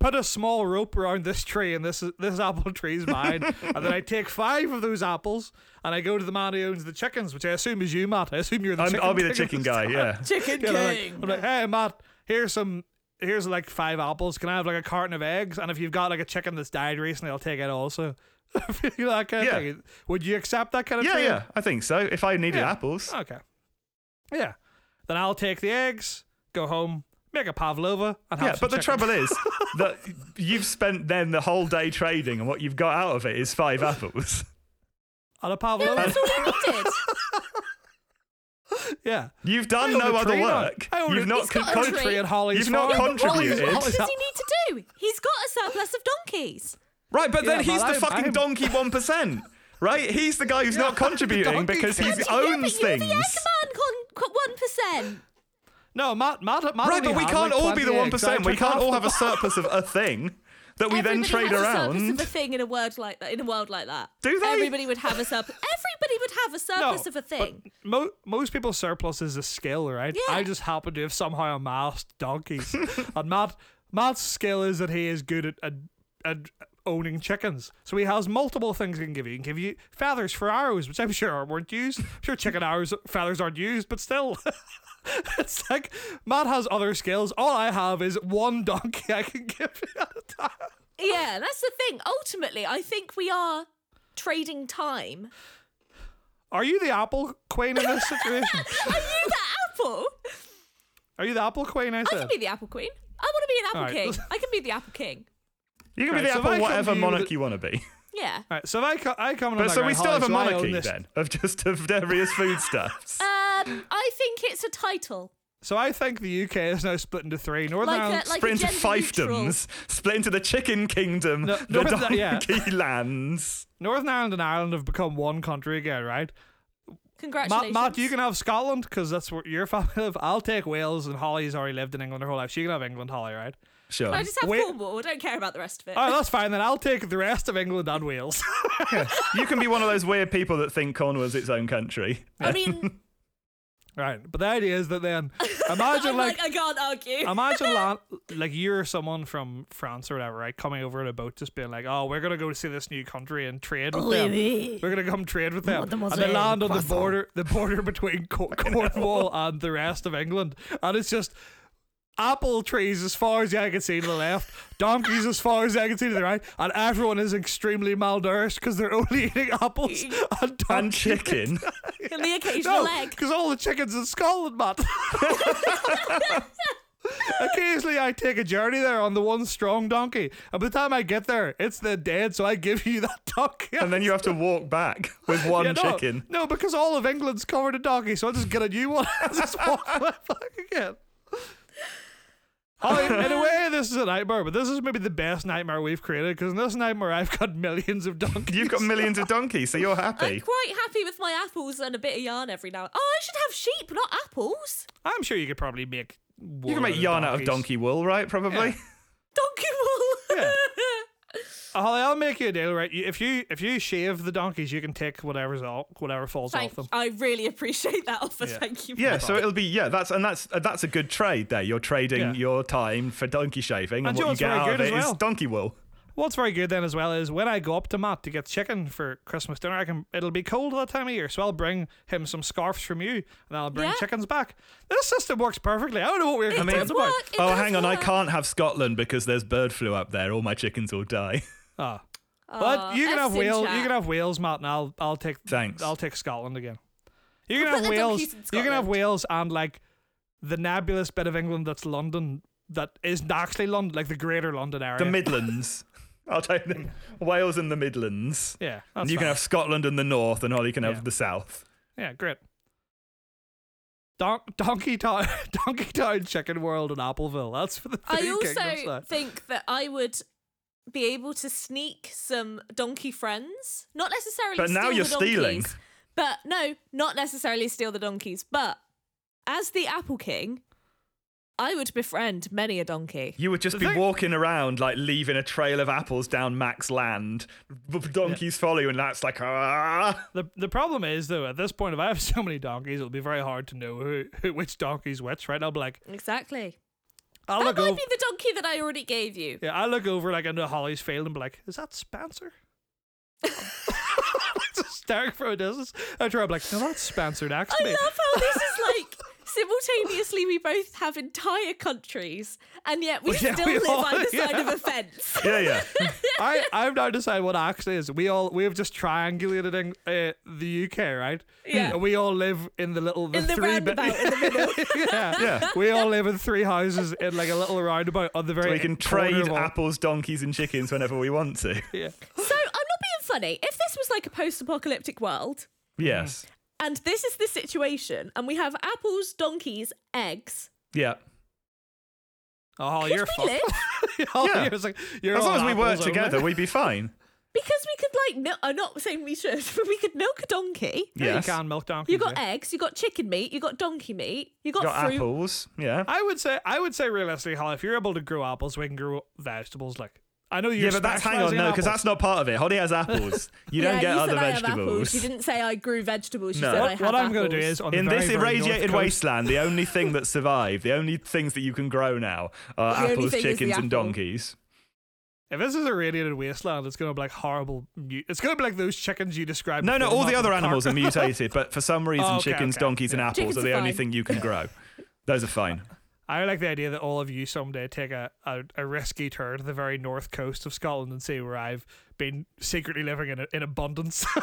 Speaker 4: Put a small rope around this tree, and this this apple tree is mine. and then I take five of those apples, and I go to the man who owns the chickens, which I assume is you, Matt. I assume you're the
Speaker 2: I'm,
Speaker 4: chicken
Speaker 2: I'll be the
Speaker 4: king of
Speaker 2: chicken
Speaker 4: this
Speaker 2: guy,
Speaker 4: town.
Speaker 2: yeah.
Speaker 3: Chicken
Speaker 4: Yeah, they're
Speaker 3: King.
Speaker 4: Like, I'm like, hey Matt, here's some here's like five apples. Can I have like a carton of eggs? And if you've got like a chicken that's died recently, I'll take it also. you know, that kind of
Speaker 2: Yeah.
Speaker 4: thing. Would you accept that kind of
Speaker 2: Yeah,
Speaker 4: thing?
Speaker 2: yeah, I think so. If I needed
Speaker 4: Yeah. Oh,
Speaker 2: apples,
Speaker 4: Okay. Yeah. Then I'll take the eggs, go home, make a pavlova, and have
Speaker 2: yeah,
Speaker 4: some
Speaker 2: but the
Speaker 4: chicken.
Speaker 2: trouble is that you've spent then the whole day trading, and what you've got out of it is five apples.
Speaker 4: on a
Speaker 3: Yeah,
Speaker 4: pavlova.
Speaker 3: that's all you needed.
Speaker 4: yeah.
Speaker 2: You've
Speaker 4: I
Speaker 2: done
Speaker 4: own
Speaker 2: no
Speaker 4: a
Speaker 2: other
Speaker 4: tree, don't
Speaker 2: work.
Speaker 4: I own
Speaker 2: You've
Speaker 4: a-
Speaker 2: not
Speaker 3: He's got a
Speaker 2: con-
Speaker 3: tree
Speaker 4: at Holly's
Speaker 2: You've not
Speaker 4: farm.
Speaker 2: contributed.
Speaker 3: What does
Speaker 4: Holly's-
Speaker 3: he need to do? He's got a surplus of donkeys.
Speaker 2: Right, but then
Speaker 4: Yeah,
Speaker 2: he's
Speaker 4: but
Speaker 2: the
Speaker 4: I'm-
Speaker 2: fucking
Speaker 4: I'm-
Speaker 2: donkey one percent. Right, he's the guy who's not contributing
Speaker 4: donkey
Speaker 2: because he
Speaker 4: percent.
Speaker 2: owns
Speaker 3: yeah, but
Speaker 2: things.
Speaker 3: You're the Eggman con- one percent.
Speaker 4: No, Matt, Matt, Matt
Speaker 2: Right,
Speaker 4: only
Speaker 2: but we
Speaker 4: had,
Speaker 2: can't
Speaker 4: like,
Speaker 2: all be the
Speaker 4: 20
Speaker 2: one
Speaker 4: eggs.
Speaker 2: percent.
Speaker 4: I
Speaker 2: We
Speaker 4: took
Speaker 2: can't
Speaker 4: half
Speaker 2: all
Speaker 4: the
Speaker 2: have a surplus of a thing that we then
Speaker 3: Everybody
Speaker 2: trade
Speaker 3: has A surplus
Speaker 2: around.
Speaker 3: of a thing in a word like that. In a world like that,
Speaker 2: Do they?
Speaker 3: Everybody would have a surplus. Everybody would have a surplus of a
Speaker 4: but
Speaker 3: thing.
Speaker 4: Mo- most people's surplus is a skill, right?
Speaker 3: Yeah.
Speaker 4: I just happen to have somehow amassed donkeys. and Matt, Matt's skill is that he is good at, at, at owning chickens. So he has multiple things he can give you. He can give you feathers for arrows, which I'm sure weren't used. I'm sure chicken arrows feathers aren't used, but still. it's like Matt has other skills. All I have is one donkey I can give you at a time.
Speaker 3: Yeah, that's the thing. Ultimately, I think we are trading time.
Speaker 4: Are you the apple queen in this situation?
Speaker 3: Are you the apple?
Speaker 4: Are you the apple queen? I
Speaker 3: I
Speaker 4: said.
Speaker 3: can be the apple queen. I want to be an apple
Speaker 4: Alright.
Speaker 3: king. I can be the apple king.
Speaker 2: You can be
Speaker 4: Right,
Speaker 2: the
Speaker 4: so if I
Speaker 2: apple
Speaker 4: come
Speaker 2: whatever
Speaker 4: to you with
Speaker 2: monarch
Speaker 4: a-
Speaker 2: you want to be.
Speaker 3: Yeah.
Speaker 4: All right, so if I, co- I come in
Speaker 2: But
Speaker 4: like,
Speaker 2: so
Speaker 4: right,
Speaker 2: we still
Speaker 4: Holly,
Speaker 2: have a
Speaker 4: so I own
Speaker 2: monarchy
Speaker 4: this-
Speaker 2: then of just of various foodstuffs.
Speaker 3: Um, I think it's a title.
Speaker 4: So I think the UK is now split into three.
Speaker 3: Like
Speaker 4: Northern
Speaker 3: a-
Speaker 4: Ireland.
Speaker 3: like-
Speaker 2: split into
Speaker 3: gender neutral.
Speaker 2: fiefdoms, split into the chicken kingdom,
Speaker 4: No,
Speaker 2: the
Speaker 4: no, but that-
Speaker 2: donkey
Speaker 4: yeah.
Speaker 2: lands.
Speaker 4: Northern Ireland and Ireland have become one country again, right? Matt,
Speaker 3: Congratulations.
Speaker 4: Matt, you can have Scotland because that's where your family live. I'll take Wales, and Holly's already lived in England her whole life. She can have England, Holly, right?
Speaker 2: Sure.
Speaker 3: I just have
Speaker 4: Wait-
Speaker 3: Cornwall. I don't care about the rest of it.
Speaker 4: All right, that's fine. Then I'll take the rest of England and Wales.
Speaker 2: you can be one of those weird people that think Cornwall's its own country.
Speaker 3: I mean,
Speaker 4: right, but the idea is that then imagine
Speaker 3: I'm like, I
Speaker 4: like.
Speaker 3: can't argue.
Speaker 4: Imagine la- like you're someone from France or whatever, right? Coming over in a boat, just being like, "Oh, we're gonna go see this new country and trade with them." We're gonna come trade with them,
Speaker 3: want them
Speaker 4: and
Speaker 3: as
Speaker 4: they
Speaker 3: a
Speaker 4: land on the
Speaker 2: croissant.
Speaker 4: border, the border between Co- Cornwall and the rest of England, and it's just apple trees as far as the eye can see to the left, donkeys as far as the eye can see to the right, and everyone is extremely malnourished because they're only eating apples and
Speaker 2: And
Speaker 4: donkeys.
Speaker 2: chicken.
Speaker 3: And the occasional
Speaker 4: No,
Speaker 3: egg.
Speaker 4: because all the chickens in Scotland, Matt. Occasionally, I take a journey there on the one strong donkey, and by the time I get there, it's the dead. So I give you that donkey,
Speaker 2: and then you have to walk back with one
Speaker 4: Yeah, no,
Speaker 2: chicken.
Speaker 4: No, because all of England's covered in doggy, so I'll just get a new one. and just walk my back again. I mean, in a way, this is a nightmare, but this is maybe the best nightmare we've created because in this nightmare, I've got millions of donkeys.
Speaker 2: You've got millions of donkeys, so you're
Speaker 3: I'm
Speaker 2: happy.
Speaker 3: quite happy with my apples and a bit of yarn every now. Oh, I should have sheep, not apples.
Speaker 4: I'm sure you could probably make.
Speaker 2: You can make yarn out of donkey wool, right? Probably.
Speaker 3: Donkey wool.
Speaker 4: Yeah. Holly, I'll make you a deal, right? You- If you if you shave the donkeys, you can take whatever's off, whatever falls
Speaker 3: Thank,
Speaker 4: off them.
Speaker 3: I really appreciate that offer.
Speaker 4: Yeah.
Speaker 3: Thank you.
Speaker 2: Yeah,
Speaker 3: very
Speaker 2: so it'll be yeah. That's and that's uh, that's a good trade there. You're trading
Speaker 4: Yeah.
Speaker 2: your time for donkey shaving, and,
Speaker 4: And you know
Speaker 2: what you
Speaker 4: what's
Speaker 2: get
Speaker 4: very
Speaker 2: out of
Speaker 4: good
Speaker 2: it
Speaker 4: as
Speaker 2: is
Speaker 4: well?
Speaker 2: donkey wool.
Speaker 4: What's very good then as well is when I go up to Matt to get chicken for Christmas dinner, I can it'll be cold that time of year, so I'll bring him some scarves from you, and I'll bring
Speaker 3: Yeah.
Speaker 4: chickens back. This system works perfectly. I don't know what we were
Speaker 3: much. It
Speaker 4: complaining
Speaker 3: does
Speaker 4: about.
Speaker 3: work. It
Speaker 2: oh,
Speaker 3: does
Speaker 2: hang on, I
Speaker 3: work.
Speaker 2: can't have Scotland because there's bird flu up there. All my chickens will die.
Speaker 4: Ah. but you can
Speaker 3: F's
Speaker 4: have
Speaker 3: in
Speaker 4: Wales.
Speaker 3: chat.
Speaker 4: You can have Wales, Matt, and I'll I'll take
Speaker 2: Thanks.
Speaker 4: I'll take Scotland again. You can
Speaker 3: We'll put
Speaker 4: have
Speaker 3: the
Speaker 4: Wales.
Speaker 3: donkeys in
Speaker 4: You can have
Speaker 3: Scotland.
Speaker 4: Wales and like the nebulous bit of England that's London that isn't actually London, like the Greater London area.
Speaker 2: The Midlands. I'll take them. Wales and the Midlands.
Speaker 4: yeah,
Speaker 2: and
Speaker 4: that's
Speaker 2: you
Speaker 4: fine.
Speaker 2: can have Scotland and the North, and Holly can have
Speaker 4: Yeah.
Speaker 2: the South.
Speaker 4: Yeah, great. Don- Donkey Town, Donkey Town Chicken World in Appleville. That's for the three
Speaker 3: I
Speaker 4: kingdoms
Speaker 3: also
Speaker 4: there.
Speaker 3: think that I would be able to sneak some donkey friends. Not necessarily
Speaker 2: But now
Speaker 3: steal
Speaker 2: you're
Speaker 3: the donkeys,
Speaker 2: stealing.
Speaker 3: But no, not necessarily steal the donkeys. But as the Apple King, I would befriend many a donkey.
Speaker 2: You would just
Speaker 4: The
Speaker 2: be
Speaker 4: thing-
Speaker 2: walking around, like leaving a trail of apples down Mac's land. B- Donkeys follow you, and that's like, ah.
Speaker 4: The the problem is though at this point if I have so many donkeys it'll be very hard to know who, who which donkey's which right I'll be like
Speaker 3: Exactly.
Speaker 4: I'll
Speaker 3: That
Speaker 4: look
Speaker 3: might
Speaker 4: over
Speaker 3: be the donkey that I already gave you.
Speaker 4: yeah I look over like into Holly's field and be like is that Spencer? Just staring from a distance I try I'm like no that's Spencer next to
Speaker 3: I
Speaker 4: me
Speaker 3: love how this is like simultaneously we both have entire countries and yet we
Speaker 4: Well, yeah,
Speaker 3: still
Speaker 4: we
Speaker 3: live
Speaker 4: all-
Speaker 3: either side
Speaker 4: yeah.
Speaker 3: of a fence.
Speaker 2: Yeah, yeah.
Speaker 4: I I've now decided what actually is. We all we have just triangulated in, uh, the UK, right?
Speaker 3: Yeah.
Speaker 4: And we all live in the little the
Speaker 3: in the
Speaker 4: three
Speaker 3: roundabout in the middle.
Speaker 4: yeah.
Speaker 2: Yeah.
Speaker 4: We all live in three houses in like a little roundabout on the very.
Speaker 2: We can
Speaker 4: corner
Speaker 2: trade
Speaker 4: of all-
Speaker 2: apples, donkeys, and chickens whenever we want to.
Speaker 4: Yeah.
Speaker 3: So I'm not being funny. If this was like a post-apocalyptic world,
Speaker 2: Yes.
Speaker 3: and this is the situation, and we have apples, donkeys, eggs,
Speaker 2: Yeah.
Speaker 4: Oh,
Speaker 3: could
Speaker 4: you're
Speaker 3: we
Speaker 4: fucked.
Speaker 3: live?
Speaker 4: Oh,
Speaker 2: Yeah.
Speaker 4: you're just like- you're
Speaker 2: As
Speaker 4: all
Speaker 2: long as we work
Speaker 4: apples, aren't
Speaker 2: together, we'd be fine.
Speaker 3: Because we could like, no, I'm not saying we should, but we could milk a donkey.
Speaker 4: Yeah,
Speaker 2: Yes.
Speaker 4: You can milk donkeys.
Speaker 3: You got
Speaker 4: yeah.
Speaker 3: eggs, you got chicken meat, you got donkey meat, you got,
Speaker 2: Got
Speaker 3: fruit.
Speaker 2: apples. Yeah.
Speaker 4: I would say I would say realistically, Hal, if you're able to grow apples, we can grow vegetables. Like I know you're.
Speaker 2: yeah, but that's hang on,
Speaker 4: specialising in
Speaker 2: no, because
Speaker 4: apples.
Speaker 2: that's not part of it. Holly has apples. You don't
Speaker 3: yeah,
Speaker 2: get
Speaker 3: you
Speaker 2: other
Speaker 3: said I have
Speaker 2: vegetables.
Speaker 3: apples. You didn't say I grew vegetables. You
Speaker 2: No.
Speaker 3: said I
Speaker 4: what,
Speaker 3: have
Speaker 4: what I'm going
Speaker 3: going
Speaker 4: to do is on
Speaker 2: In
Speaker 4: the very,
Speaker 2: this
Speaker 4: very north
Speaker 2: irradiated
Speaker 4: coast-
Speaker 2: wasteland, the only thing that survived, the only things that you can grow now are
Speaker 3: The only
Speaker 2: apples,
Speaker 3: thing is the
Speaker 2: chickens, and
Speaker 3: apple.
Speaker 2: donkeys.
Speaker 4: If this is a radiated wasteland, it's going to be like horrible. mu- It's going to be like those chickens you described.
Speaker 2: No, no,
Speaker 4: before,
Speaker 2: all the
Speaker 4: Malcolm
Speaker 2: other
Speaker 4: Park.
Speaker 2: animals are mutated, but for some reason,
Speaker 4: Oh, okay,
Speaker 2: chickens,
Speaker 4: okay.
Speaker 2: donkeys, and
Speaker 4: Yeah.
Speaker 2: apples
Speaker 3: Chickens
Speaker 2: are
Speaker 3: are
Speaker 2: the only
Speaker 3: fine.
Speaker 2: thing you can grow. Those are fine.
Speaker 4: I like the idea that all of you someday take a, a, a risky tour to the very north coast of Scotland and see where I've been secretly living in, a, in abundance.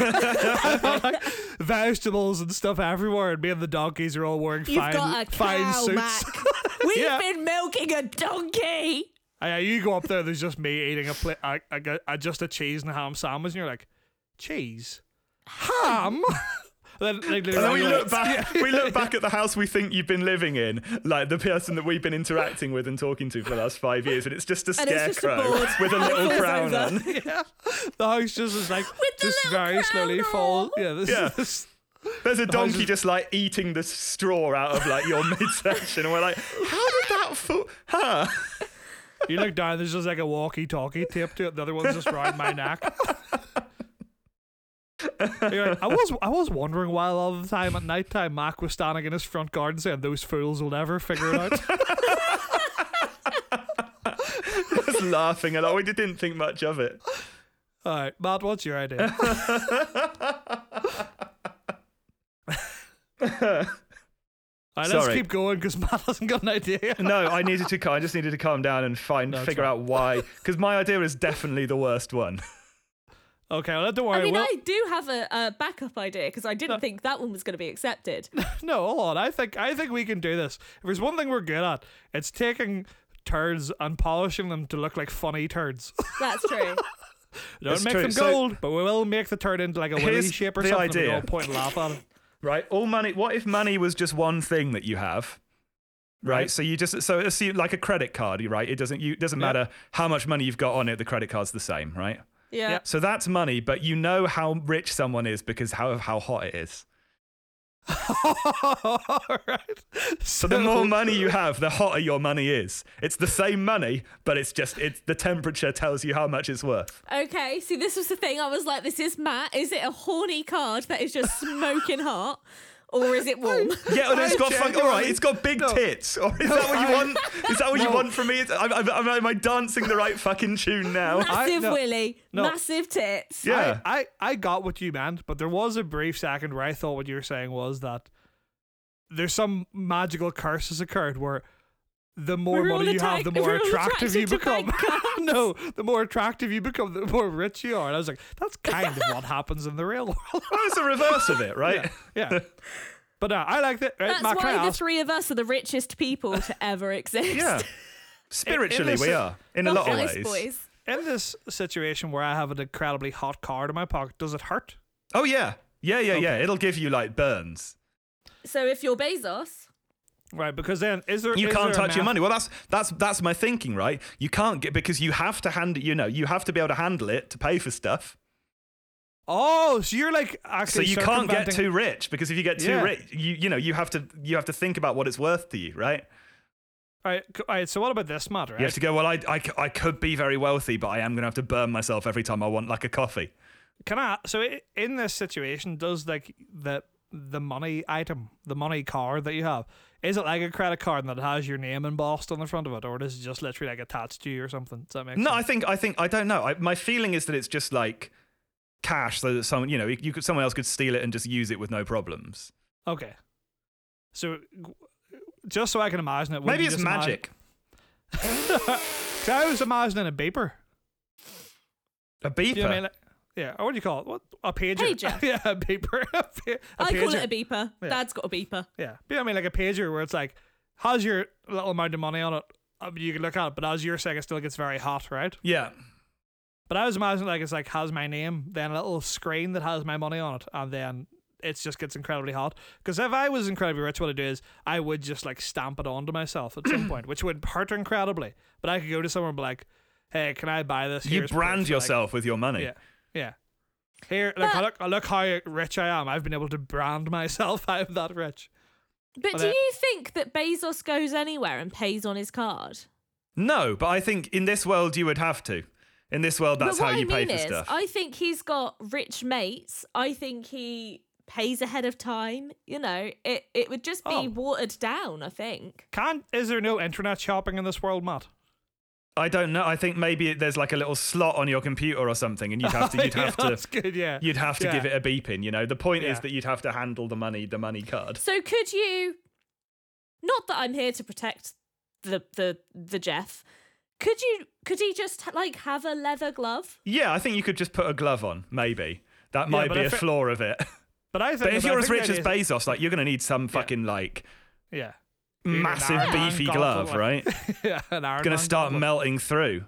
Speaker 4: Like, vegetables and stuff everywhere, and me and the donkeys are all wearing
Speaker 3: You've
Speaker 4: fine,
Speaker 3: got a
Speaker 4: fine
Speaker 3: cow,
Speaker 4: suits.
Speaker 3: Mac. We've
Speaker 4: Yeah.
Speaker 3: been milking a donkey.
Speaker 4: Yeah, you go up there. There's just me eating a plate, I, I, got- I just a cheese and a ham sandwich, and you're like, cheese, ham. then, like,
Speaker 2: And then we look back. We look back at the house we think you've been living in, like the person that we've been interacting with and talking to for the last five years, and it's just a
Speaker 3: And it's just a
Speaker 2: scarecrow
Speaker 3: board.
Speaker 2: with a little
Speaker 3: Falls
Speaker 2: crown
Speaker 3: over.
Speaker 2: on.
Speaker 4: yeah, the house just is like
Speaker 3: the
Speaker 4: just
Speaker 3: little
Speaker 4: very
Speaker 3: crown
Speaker 4: slowly
Speaker 3: on.
Speaker 4: falls. Yeah, this
Speaker 2: Yeah.
Speaker 4: is this.
Speaker 2: There's a donkey
Speaker 4: is-
Speaker 2: just like eating the straw out of like your midsection, and we're like, how did that foot? Huh?
Speaker 4: You look down. There's just like a walkie-talkie taped to it. The other one's just round my neck. You're like, I was I was wondering why all the time at night time Mac was standing in his front garden saying those fools will never figure it out.
Speaker 2: Just laughing a lot. We didn't think much of it.
Speaker 4: All right, Matt, what's your idea? All right, let's
Speaker 2: Sorry.
Speaker 4: keep going because Matt hasn't got an idea.
Speaker 2: No, I needed to. cal- I just needed to calm down and find
Speaker 4: it's
Speaker 2: figure
Speaker 4: fine.
Speaker 2: out why. Because my idea is definitely the worst one.
Speaker 4: Okay, well, don't worry.
Speaker 3: I mean,
Speaker 4: we'll-
Speaker 3: I do have a, a backup idea because I didn't think that one was going to be accepted.
Speaker 4: No, hold on. I think I think we can do this. If there's one thing we're good at, it's taking turds and polishing them to look like funny turds.
Speaker 3: That's true.
Speaker 4: Don't
Speaker 2: It's
Speaker 4: make
Speaker 2: true.
Speaker 4: them
Speaker 2: So-
Speaker 4: gold, but we will make the turd into like a willy
Speaker 2: Here's
Speaker 4: shape or
Speaker 2: the
Speaker 4: something. and we
Speaker 2: idea.
Speaker 4: all point and laugh at it.
Speaker 2: right? All money. What if money was just one thing that you have? Right.
Speaker 4: Right.
Speaker 2: So you just so assume like a credit card, you- right? It doesn't you it doesn't matter how much money you've got on it. The credit card's the same, right?
Speaker 3: Yeah.
Speaker 4: Yep.
Speaker 2: So that's money, but you know how rich someone is because how how hot it is.
Speaker 4: all right.
Speaker 2: So the more money you have, the hotter your money is. It's the same money, but it's just it's the temperature tells you how much it's worth.
Speaker 3: Okay, see, this was the thing. I was like, this is Matt. Is it a horny card that is just smoking hot? Or is it warm?
Speaker 2: Yeah, and it's
Speaker 4: I
Speaker 2: got fuck, all
Speaker 4: genuinely-
Speaker 2: right. It's got big
Speaker 4: No.
Speaker 2: tits. Or is that what you
Speaker 4: I-
Speaker 2: want? Is that what you
Speaker 4: No.
Speaker 2: want from me? It's- I'm, I'm, I'm, am I dancing the right fucking tune now?
Speaker 3: Massive
Speaker 4: no,
Speaker 3: willy,
Speaker 4: no.
Speaker 3: massive tits.
Speaker 2: Yeah.
Speaker 4: I, I, I got what you meant, but there was a brief second where I thought what you were saying was that there's some magical curse has occurred where the more
Speaker 3: We're all
Speaker 4: money you have,
Speaker 3: attract-
Speaker 4: the more
Speaker 3: we're all
Speaker 4: attractive you
Speaker 3: attracted to
Speaker 4: become. no, the more attractive you become, the more rich you are. And I was like, that's kind of what happens in the real world.
Speaker 2: Well, it's the reverse of it, right?
Speaker 4: yeah. But uh, I like that. Right,
Speaker 3: That's
Speaker 4: Matt, can
Speaker 3: why
Speaker 4: I
Speaker 3: the
Speaker 4: ask-
Speaker 3: three of us are the richest people to ever exist.
Speaker 2: Yeah. Spiritually, we
Speaker 4: Innocent.
Speaker 2: are in a lot of
Speaker 3: Nice
Speaker 2: ways.
Speaker 3: boys.
Speaker 4: in this situation where I have an incredibly hot card in my pocket, does it hurt?
Speaker 2: Oh yeah, yeah, yeah, yeah. It'll give you like burns.
Speaker 3: So if you're Bezos,
Speaker 4: Right, because then is there
Speaker 2: You
Speaker 4: is
Speaker 2: can't
Speaker 4: there a
Speaker 2: touch your
Speaker 4: meth-
Speaker 2: money. Well, that's that's that's my thinking, right? You can't get because you have to handle. You know, you have to be able to handle it to pay for stuff.
Speaker 4: Oh, so you're like
Speaker 2: So
Speaker 4: actually
Speaker 2: you can't get
Speaker 4: circumventing-
Speaker 2: too rich because if you get too
Speaker 4: Yeah.
Speaker 2: rich, you you know you have to you have to think about what it's worth to you, right?
Speaker 4: All right, c- all right, so what about this matter?
Speaker 2: You have to go. Well, I, I c- I could be very wealthy, but I am going to have to burn myself every time I want like a coffee.
Speaker 4: Can I? So i- in this situation, does like the the money item, the money card that you have, is it like a credit card that has your name embossed on the front of it, or is it just literally like attached to you or something? Does that make
Speaker 2: No, I
Speaker 4: sense?
Speaker 2: think I think I don't know. I, my feeling is that it's just like cash, so that someone you know you could, someone else could steal it and just use it with no problems.
Speaker 4: No, okay. So g- just so I can imagine it, would
Speaker 2: Maybe
Speaker 4: you
Speaker 2: it's
Speaker 4: just imagine-
Speaker 2: magic.
Speaker 4: 'Cause I was imagining a beeper.
Speaker 2: A beeper.
Speaker 4: You know what I mean? Like, yeah. Or what do you call it? What a pager?
Speaker 3: Pager.
Speaker 4: yeah, a beeper. a pa- a
Speaker 3: I call
Speaker 4: pager.
Speaker 3: it a beeper. Dad's got a beeper.
Speaker 4: Yeah. But you know what I mean, like a pager where it's like has your little amount of money on it. I mean, you can look at it, but as you're saying, it still gets very hot, right?
Speaker 2: yeah.
Speaker 4: But I was imagining like it's like has my name, then a little screen that has my money on it, and then it just gets incredibly hot. Because if I was incredibly rich, what I'd do is I would just like stamp it onto myself at some point, which would hurt incredibly. But I could go to someone and be like, "Hey, can I buy this?"
Speaker 2: You
Speaker 4: Here's proof,"
Speaker 2: brand
Speaker 4: like,
Speaker 2: yourself with your money.
Speaker 4: yeah, yeah. Here, look,
Speaker 3: But-
Speaker 4: look, look how rich I am. I've been able to brand myself. I'm that rich.
Speaker 3: But
Speaker 4: Well,
Speaker 3: do
Speaker 4: that-
Speaker 3: you think that Bezos goes anywhere and pays on his card?
Speaker 2: No, but I think in this world you would have to. In this world, that's
Speaker 3: but
Speaker 2: how
Speaker 3: what
Speaker 2: you
Speaker 3: I
Speaker 2: pay
Speaker 3: mean
Speaker 2: for
Speaker 3: is,
Speaker 2: stuff.
Speaker 3: I think he's got rich mates. I think he pays ahead of time. You know, it it would just be
Speaker 4: Oh.
Speaker 3: watered down. I think.
Speaker 4: Can't? Is there no internet shopping in this world, Matt?
Speaker 2: I don't know. I think maybe there's like a little slot on your computer or something, and you'd have to you'd
Speaker 4: Yeah,
Speaker 2: have
Speaker 4: That's
Speaker 2: to
Speaker 4: good. Yeah.
Speaker 2: you'd have to
Speaker 4: Yeah.
Speaker 2: give it a beeping. You know, the point is
Speaker 4: Yeah.
Speaker 2: that you'd have to handle the money, the money card.
Speaker 3: So could you? Not that I'm here to protect the the the Jeff. Could you? Could he just like have a leather glove?
Speaker 2: Yeah, I think you could just put a glove on. Maybe that might
Speaker 4: but
Speaker 2: be
Speaker 4: I
Speaker 2: a
Speaker 4: fe-
Speaker 2: flaw of it.
Speaker 4: But I think.
Speaker 2: but if
Speaker 4: I
Speaker 2: you're as
Speaker 4: think the
Speaker 2: rich as
Speaker 4: idea is-
Speaker 2: Bezos, like you're gonna need some fucking like
Speaker 4: yeah. Even an
Speaker 2: massive
Speaker 4: Iron Man
Speaker 2: beefy
Speaker 4: gauntlet,
Speaker 2: glove,
Speaker 4: like-
Speaker 2: right?
Speaker 4: yeah, an Iron
Speaker 2: Gonna
Speaker 4: Man
Speaker 2: start
Speaker 4: gauntlet.
Speaker 2: melting through.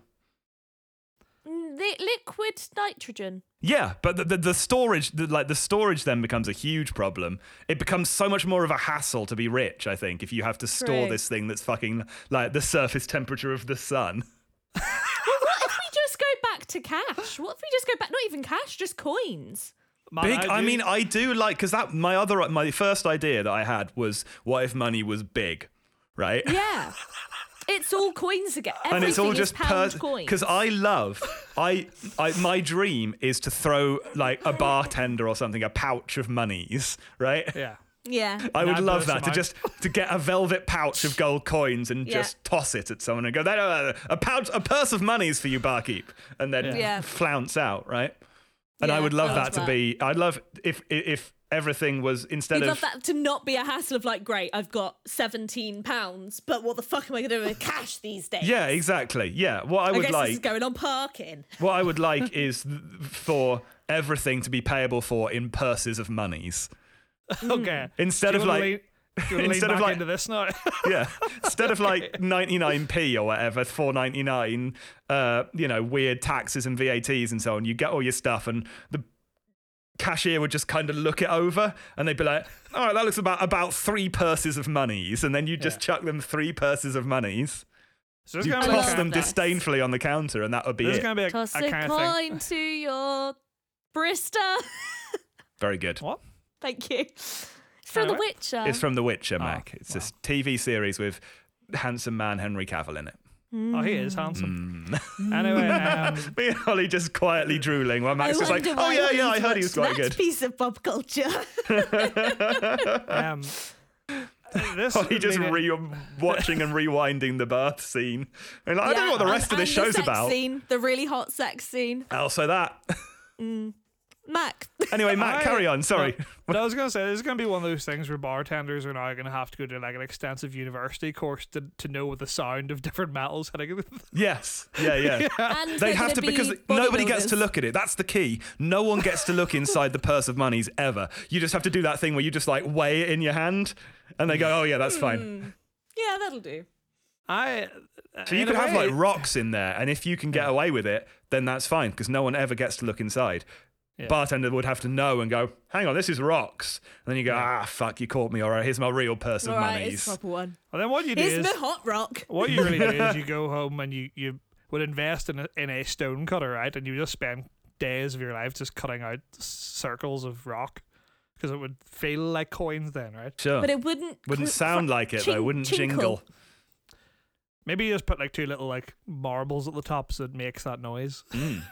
Speaker 3: Mm, Li- liquid nitrogen.
Speaker 2: Yeah, but the, the, the storage, the, like the storage, then becomes a huge problem. It becomes so much more of a hassle to be rich. I think if you have to store
Speaker 3: True.
Speaker 2: this thing that's fucking like the surface temperature of the sun.
Speaker 3: What if we just go back to cash? What if we just go back? Not even cash, just coins.
Speaker 4: Man,
Speaker 2: Big. I
Speaker 4: do-
Speaker 2: mean, I do like because that my other my first idea that I had was what if money was big, right?
Speaker 3: Yeah. It's all coins again. Everything
Speaker 2: and it's all
Speaker 3: is
Speaker 2: just
Speaker 3: pound coins.
Speaker 2: because I love I, I my dream is to throw like a bartender or something a pouch of monies, right?
Speaker 4: yeah.
Speaker 3: yeah.
Speaker 2: I would
Speaker 4: Nab
Speaker 2: love
Speaker 4: those
Speaker 2: that to
Speaker 4: amount.
Speaker 2: just to get a velvet pouch of gold coins and
Speaker 3: Yeah.
Speaker 2: just toss it at someone and go, "No, no, no, a pouch, a purse of money's for you, barkeep," and then
Speaker 4: Yeah.
Speaker 3: Yeah.
Speaker 2: flounce out, right? And I
Speaker 3: Yeah, Oh,
Speaker 2: would love
Speaker 3: I
Speaker 2: that
Speaker 3: love
Speaker 2: to
Speaker 3: that.
Speaker 2: be. I'd love if if- if everything was instead
Speaker 3: You'd
Speaker 2: of
Speaker 3: love that to not be a hassle of like, great, I've got seventeen pounds, but what the fuck am I gonna do with cash these days?
Speaker 2: yeah, exactly, yeah. What I
Speaker 3: I
Speaker 2: would
Speaker 3: guess
Speaker 2: like
Speaker 3: this is going on parking.
Speaker 2: What I would like is th- for everything to be payable for in purses of monies
Speaker 4: Okay.
Speaker 2: Hmm. instead
Speaker 4: Do you
Speaker 2: of
Speaker 4: wanna
Speaker 2: like
Speaker 4: lean- do you wanna lean
Speaker 2: instead of
Speaker 4: back
Speaker 2: like-
Speaker 4: into this now.
Speaker 2: yeah instead of like 99p or whatever 499 uh you know weird taxes and VATs and so on you get all your stuff and the cashier would just kind of look it over and they'd be like all right that looks about about three purses of monies and then you just chuck them three purses of monies
Speaker 4: so this is
Speaker 2: you
Speaker 4: gonna be
Speaker 2: toss
Speaker 4: like a-
Speaker 2: them
Speaker 3: this.
Speaker 2: disdainfully on the counter and that would be
Speaker 4: This is
Speaker 2: it
Speaker 4: gonna be a, a
Speaker 3: Toss a,
Speaker 4: kind of thing.
Speaker 3: coin to your Brister.
Speaker 2: very good
Speaker 4: What?
Speaker 3: Thank you. It's from The
Speaker 4: Anyway.
Speaker 3: Witcher.
Speaker 2: It's from The Witcher,
Speaker 3: Ah,
Speaker 4: Oh,
Speaker 2: Mac. It's this TV series with handsome man Henry Cavill in it.
Speaker 4: Oh, he is handsome.
Speaker 2: Hmm.
Speaker 4: Anyway, um,
Speaker 2: Me and Holly just quietly drooling while
Speaker 3: I
Speaker 2: Max is like,
Speaker 3: wonder
Speaker 2: "Oh
Speaker 3: why
Speaker 2: yeah, yeah, I
Speaker 3: he's
Speaker 2: heard he was
Speaker 3: watched
Speaker 2: quite
Speaker 3: that
Speaker 2: good."
Speaker 3: Piece of pop culture.
Speaker 4: um, this
Speaker 2: Holly Oh, just
Speaker 4: made it-
Speaker 2: re watching and rewinding the bath scene. And like, I don't know what the
Speaker 3: Yeah,
Speaker 2: rest
Speaker 3: and-
Speaker 2: of
Speaker 3: and
Speaker 2: this show's
Speaker 3: the sex
Speaker 2: about.
Speaker 3: Scene, the really hot sex scene.
Speaker 2: Also that.
Speaker 3: Mac.
Speaker 2: anyway, Matt,
Speaker 4: I-
Speaker 2: carry on. Sorry.
Speaker 4: But I was gonna say this is gonna be one of those things where bartenders are now gonna have to go to like an extensive university course to, to know the sound of different metals. hitting-
Speaker 2: yes. Yeah, yeah.
Speaker 3: And
Speaker 2: They
Speaker 3: they're
Speaker 2: have
Speaker 3: gonna
Speaker 2: to because
Speaker 3: be
Speaker 2: nobody gets to
Speaker 3: bodybuilders.
Speaker 2: look at it. That's the key. No one gets to look inside the purse of monies ever. You just have to do that thing where you just like weigh it in your hand, and they
Speaker 3: Hmm.
Speaker 2: go, "Oh yeah, that's fine."
Speaker 3: Yeah, that'll do.
Speaker 4: I.
Speaker 2: So you
Speaker 4: in
Speaker 2: could
Speaker 4: a
Speaker 2: have
Speaker 4: way-
Speaker 2: like rocks in there, and if you can get away with it, then that's fine because no one ever gets to look inside. Bartender would have to know and go, "Hang on, this is rocks." And then you go, "Ah, fuck, you caught me! All right, here's my real purse of
Speaker 3: All right,
Speaker 2: monies."
Speaker 3: it's proper one.
Speaker 4: Well, then what you do
Speaker 3: Here's
Speaker 4: is
Speaker 3: the hot rock.
Speaker 4: what you really do is you go home and you you would invest in a, in a stone cutter, right? And you just spend days of your life just cutting out s- circles of rock because it would feel like coins then, right?
Speaker 2: Sure,
Speaker 3: But it wouldn't
Speaker 2: wouldn't
Speaker 3: cl-
Speaker 2: sound
Speaker 3: cr-
Speaker 2: like it
Speaker 3: chink-
Speaker 2: though. Wouldn't
Speaker 3: chinkle.
Speaker 2: jingle.
Speaker 4: Maybe you just put like two little like marbles at the top so it makes that noise.
Speaker 2: Mm.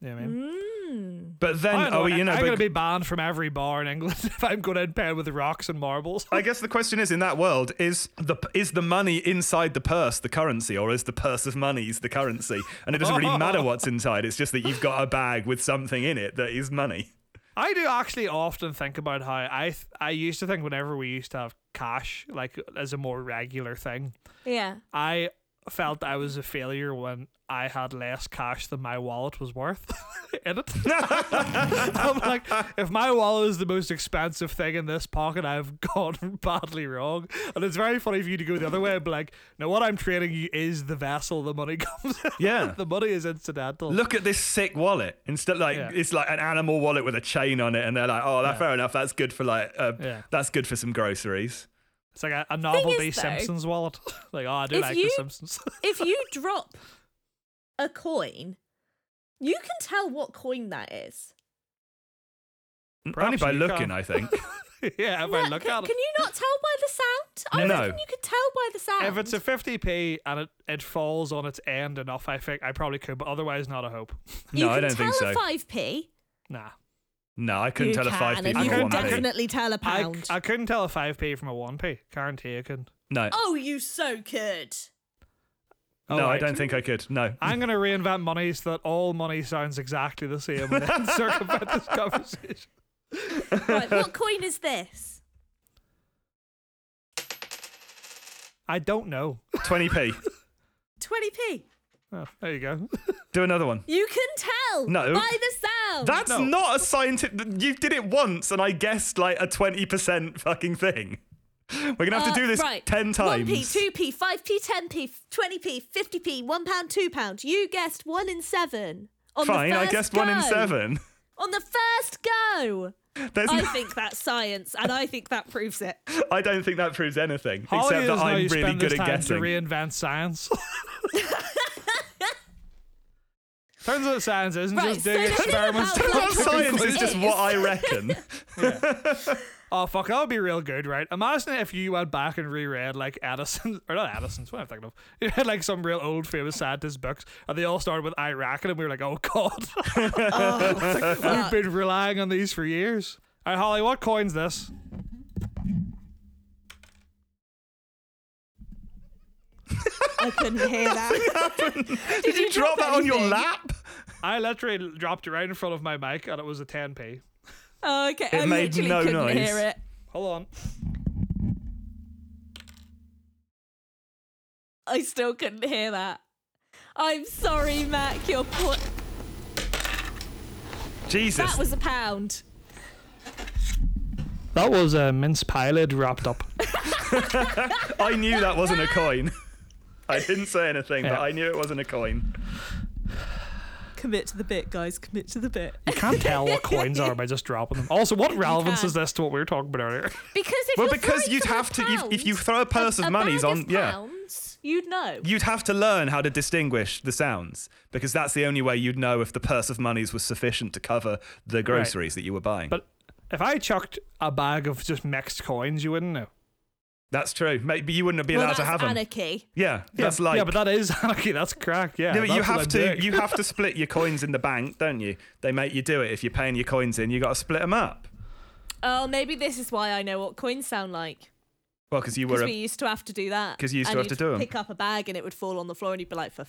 Speaker 4: You know what I mean?
Speaker 3: Mm.
Speaker 2: But then,
Speaker 4: I don't
Speaker 2: oh,
Speaker 4: know,
Speaker 2: you know,
Speaker 4: I'm
Speaker 2: but-
Speaker 4: gonna be banned from every bar in England if I'm going in bed with rocks and marbles.
Speaker 2: I guess the question is in that world is the is the money inside the purse the currency or is the purse of monies the currency and it doesn't really matter what's inside it's just that you've got a bag with something in it that is money
Speaker 4: I do actually often think about how I th- I used to think whenever we used to have cash like as a more regular thing,
Speaker 3: Yeah.
Speaker 4: I felt I was a failure when I had less cash than my wallet was worth in it. I'm like, if my wallet is the most expensive thing in this pocket, I've gone badly wrong. And it's very funny for you to go the other way and be like, no, what I'm trading you is the vessel the money comes in.
Speaker 2: Yeah.
Speaker 4: the money is incidental.
Speaker 2: Look at this sick wallet. Instead, like
Speaker 4: Yeah.
Speaker 2: it's like an animal wallet with a chain on it, and they're like, "Oh, that, fair enough. That's good for like, uh,
Speaker 4: Yeah.
Speaker 2: that's good for some groceries."
Speaker 4: It's like a, a novelty
Speaker 3: is, though,
Speaker 4: Simpsons wallet. like, oh, I do
Speaker 3: if
Speaker 4: like
Speaker 3: you-
Speaker 4: the Simpsons.
Speaker 3: if you drop a coin, you can tell what coin that is.
Speaker 2: Only
Speaker 4: Perhaps
Speaker 2: by
Speaker 4: you
Speaker 2: looking,
Speaker 4: can.
Speaker 2: I think.
Speaker 4: yeah, if I look
Speaker 3: can,
Speaker 4: at it.
Speaker 3: can you not tell by the sound? I
Speaker 2: No.
Speaker 3: reckon you could tell by the sound.
Speaker 4: If it's a 50p and it, it falls on its end enough, I think I probably could, but otherwise, not a hope.
Speaker 3: you
Speaker 2: no, I
Speaker 3: can
Speaker 2: don't
Speaker 3: tell
Speaker 2: think so.
Speaker 3: a five p.
Speaker 4: Nah.
Speaker 2: no, I couldn't
Speaker 3: you
Speaker 2: tell
Speaker 3: can,
Speaker 2: a five
Speaker 3: and
Speaker 2: people
Speaker 3: You
Speaker 4: from
Speaker 3: can
Speaker 2: one
Speaker 4: I couldn't-
Speaker 2: thing.
Speaker 3: definitely tell a
Speaker 4: I,
Speaker 3: pound.
Speaker 4: I couldn't tell a 5p from a 1p. Guarantee I couldn't.
Speaker 2: No,
Speaker 3: oh, you so could.
Speaker 4: Oh,
Speaker 2: no, I
Speaker 4: right.
Speaker 2: don't think I could. No,
Speaker 4: I'm going to reinvent money so that all money sounds exactly the same and then circumvent this conversation.
Speaker 3: Right, what coin is this?
Speaker 4: I don't know.
Speaker 2: twenty p.
Speaker 3: Twenty p.
Speaker 4: Oh, there you go.
Speaker 2: Do another one.
Speaker 3: You can tell
Speaker 2: No.
Speaker 3: by the sound.
Speaker 2: That's
Speaker 4: No.
Speaker 2: not a scientific. You did it once, and I guessed like a twenty percent fucking thing. We're gonna have
Speaker 3: Uh,
Speaker 2: to do this
Speaker 3: right.
Speaker 2: ten times.
Speaker 3: 1p, 2p, 5p, 10p, 20p, 50p, 1 pound, 2 pound. You guessed 1 in 7. On
Speaker 2: Fine,
Speaker 3: the
Speaker 2: I
Speaker 3: first
Speaker 2: guessed
Speaker 3: go.
Speaker 2: one in seven.
Speaker 3: On the first go.
Speaker 2: There's
Speaker 3: I
Speaker 2: no-
Speaker 3: think that's science, and I think that proves it.
Speaker 2: I don't think that proves anything,
Speaker 4: Holly
Speaker 2: except
Speaker 4: is
Speaker 2: that
Speaker 4: how
Speaker 2: I'm
Speaker 4: you
Speaker 2: really
Speaker 4: spend
Speaker 2: good
Speaker 4: this
Speaker 2: at
Speaker 4: time
Speaker 2: guessing.
Speaker 4: to reinvent science. Turns out science isn't
Speaker 3: Right,
Speaker 4: just doing
Speaker 3: so the thing
Speaker 4: experiments.
Speaker 3: about
Speaker 4: to-
Speaker 3: Like,
Speaker 2: science
Speaker 3: it
Speaker 2: is just what I reckon.
Speaker 4: oh fuck, that would be real good, right? Imagine if you went back and reread like Addison or not Addison's, what am I thinking of? You had like some real old famous scientist books, and they all started with Iraq, and we were like, oh god, we've been relying on these for years. All right, Holly, what coin's this?
Speaker 3: I couldn't hear that.
Speaker 2: Did, you drop that on your
Speaker 3: anything?
Speaker 2: lap?
Speaker 4: I literally dropped it right in front of my mic, and it was a 10p.
Speaker 3: Oh, okay. I
Speaker 2: made
Speaker 3: literally
Speaker 2: no
Speaker 3: couldn't
Speaker 2: noise.
Speaker 3: hear it.
Speaker 4: Hold on.
Speaker 3: I still couldn't hear that. I'm sorry, Mac. Your po-
Speaker 2: Jesus.
Speaker 3: that was a pound.
Speaker 4: That was a mince pie lid wrapped up.
Speaker 2: I knew that wasn't a coin. I didn't say anything,
Speaker 4: Yeah.
Speaker 2: but I knew it wasn't a coin.
Speaker 3: Commit to the bit, guys. Commit to the bit.
Speaker 4: You can't tell what coins are by just dropping them. Also, what relevance
Speaker 3: can.
Speaker 4: is this to what we were talking about earlier?
Speaker 3: Because if
Speaker 2: Well,
Speaker 3: you're
Speaker 2: because
Speaker 3: throwing
Speaker 2: you'd
Speaker 3: someone
Speaker 2: have to- you- if
Speaker 3: pounds,
Speaker 2: you throw a purse of money's
Speaker 3: bag
Speaker 2: on-
Speaker 3: of
Speaker 2: yeah.
Speaker 3: pounds, you'd know.
Speaker 2: You'd have to learn how to distinguish the sounds because that's the only way you'd know if the purse of monies was sufficient to cover the groceries that you were buying.
Speaker 4: But if I chucked a bag of just mixed coins, you wouldn't know.
Speaker 2: that's true. Maybe you wouldn't be
Speaker 3: well,
Speaker 2: allowed
Speaker 3: that's
Speaker 2: to have them.
Speaker 3: anarchy.
Speaker 2: Yeah, that's like
Speaker 4: yeah, but that is anarchy. That's crack. Yeah,
Speaker 2: Yeah, but you
Speaker 4: that's what
Speaker 2: have
Speaker 4: I'm
Speaker 2: to
Speaker 4: doing.
Speaker 2: you have to split your coins in the bank, don't you? They make you do it if you're paying your coins in. You got to split them up.
Speaker 3: Oh, maybe this is why I know what coins sound like.
Speaker 2: Well, because you were
Speaker 3: Because
Speaker 2: a,
Speaker 3: we used to have to do that.
Speaker 2: 'Cause you used to
Speaker 3: And
Speaker 2: have to
Speaker 3: you'd
Speaker 2: do 'em.
Speaker 3: Pick up a bag and it would fall on the floor, and you'd be like, "For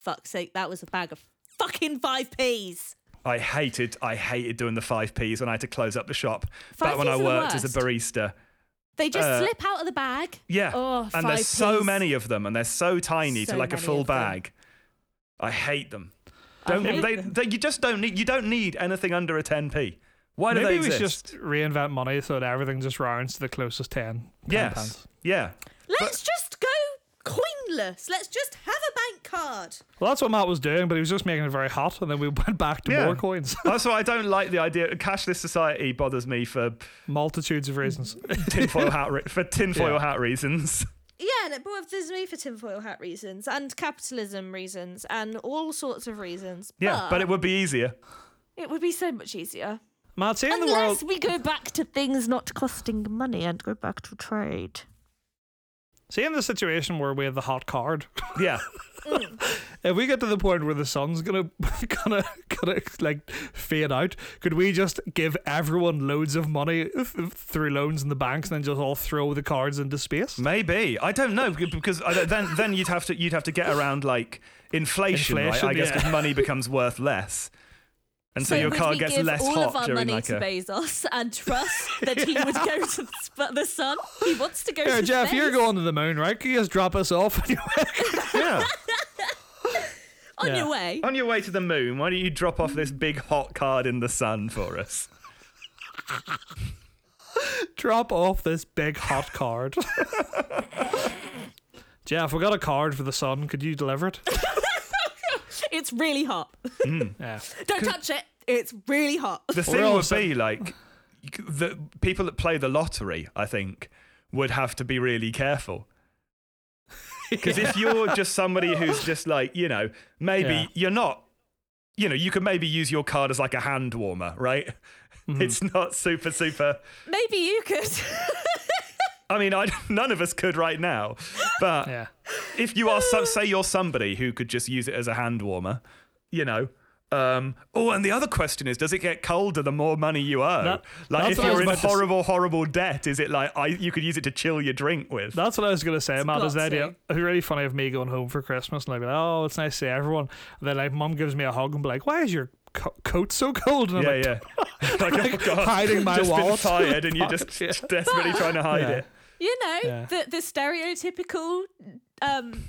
Speaker 3: fuck's sake, that was a bag of fucking five p's."
Speaker 2: I hated I hated doing the five P's when I had to close up the shop. Back
Speaker 3: Five
Speaker 2: when
Speaker 3: Ps
Speaker 2: I
Speaker 3: are the
Speaker 2: worked as a
Speaker 3: worst.
Speaker 2: barista.
Speaker 3: They just
Speaker 2: Uh,
Speaker 3: slip out of the bag.
Speaker 2: Yeah,
Speaker 3: Oh,
Speaker 2: and
Speaker 3: five
Speaker 2: there's so
Speaker 3: Ps.
Speaker 2: many of them, and they're so tiny
Speaker 3: So
Speaker 2: to like a
Speaker 3: many
Speaker 2: full
Speaker 3: of them.
Speaker 2: bag. I hate them.
Speaker 3: I
Speaker 2: Don't
Speaker 3: hate
Speaker 2: they,
Speaker 3: them.
Speaker 2: they? You just don't need you don't need anything under a ten P. Why do
Speaker 4: Maybe
Speaker 2: they
Speaker 4: we
Speaker 2: exist?
Speaker 4: should just reinvent money so that everything just rounds to the closest ten.
Speaker 2: yes, yeah.
Speaker 3: Let's just go coinless. Let's just have a bank card.
Speaker 4: Well, that's what Matt was doing, but he was just making it very hot, and then we went back to
Speaker 2: Yeah.
Speaker 4: more coins.
Speaker 2: That's why I don't like the idea. Cashless society bothers me for
Speaker 4: Multitudes of reasons.
Speaker 2: tinfoil hat re- for tinfoil
Speaker 4: Yeah.
Speaker 2: hat reasons.
Speaker 3: Yeah, and it bothers me for tinfoil hat reasons and capitalism reasons and all sorts of reasons.
Speaker 2: Yeah, but, it would be easier.
Speaker 3: it would be so much easier.
Speaker 4: Matt, see in the world.
Speaker 3: Unless we go back to things not costing money and go back to trade.
Speaker 4: See, in the situation where we have the hot card,
Speaker 2: Yeah.
Speaker 4: if we get to the point where the sun's gonna gonna gonna like fade out, could we just give everyone loads of money th- through loans in the banks and then just all throw the cards into space?
Speaker 2: Maybe I don't know beca- because I don't- then then you'd have to you'd have to get around like inflation, right?
Speaker 4: Inflation,
Speaker 2: I guess
Speaker 4: yeah.
Speaker 2: 'cause money becomes worth less, and so, your
Speaker 3: would
Speaker 2: car
Speaker 3: we
Speaker 2: gets
Speaker 3: give
Speaker 2: less
Speaker 3: all of
Speaker 2: hot
Speaker 3: our
Speaker 2: during
Speaker 3: money
Speaker 2: like
Speaker 3: to
Speaker 2: a.
Speaker 3: Bezos and trust that he would go to the, sp- the sun. He wants to go
Speaker 4: Yeah,
Speaker 3: to
Speaker 4: Jeff,
Speaker 3: space.
Speaker 4: you're going to the moon, right? Can you just drop us off?
Speaker 2: Yeah,
Speaker 3: On
Speaker 4: Yeah.
Speaker 3: your way.
Speaker 2: On your way to the moon, why don't you drop off this big hot card in the sun for us?
Speaker 4: Drop off this big hot card. Jeff, we got a card for the sun. Could you deliver it?
Speaker 3: It's really hot.
Speaker 4: Yeah.
Speaker 3: Don't touch it. It's really hot.
Speaker 2: The thing
Speaker 4: all
Speaker 2: would
Speaker 4: so-
Speaker 2: be like you c- the people that play the lottery, I think, would have to be really careful. Because if you're just somebody who's just like, you know, maybe
Speaker 4: Yeah.
Speaker 2: you're not, you know, you can maybe use your card as like a hand warmer, right? It's not super, super.
Speaker 3: Maybe you could.
Speaker 2: I mean, I, none of us could right now. But
Speaker 4: Yeah.
Speaker 2: if you are, some, say, you're somebody who could just use it as a hand warmer, you know. Um, oh, and the other question is, does it get colder the more money you owe?
Speaker 4: That-
Speaker 2: like,
Speaker 4: that's
Speaker 2: if
Speaker 4: what I
Speaker 2: you're
Speaker 4: was
Speaker 2: in
Speaker 4: about to s-
Speaker 2: horrible, horrible debt, is it like I, you could use it to chill your drink with?
Speaker 4: That's what I was going to say, Matt. Is the idea
Speaker 3: glossy.
Speaker 4: it'd be really funny of me going home for Christmas and like, oh, it's nice to see everyone. And then like, mum gives me a hug and be like, why is your co- coat so cold? And I'm
Speaker 2: yeah,
Speaker 4: like,
Speaker 2: yeah. like, oh God,
Speaker 4: hiding my
Speaker 2: just
Speaker 4: wallet.
Speaker 2: Been tired, and you're just desperately trying to hide
Speaker 4: Yeah.
Speaker 2: it.
Speaker 3: you know,
Speaker 4: Yeah.
Speaker 3: the, the stereotypical, um,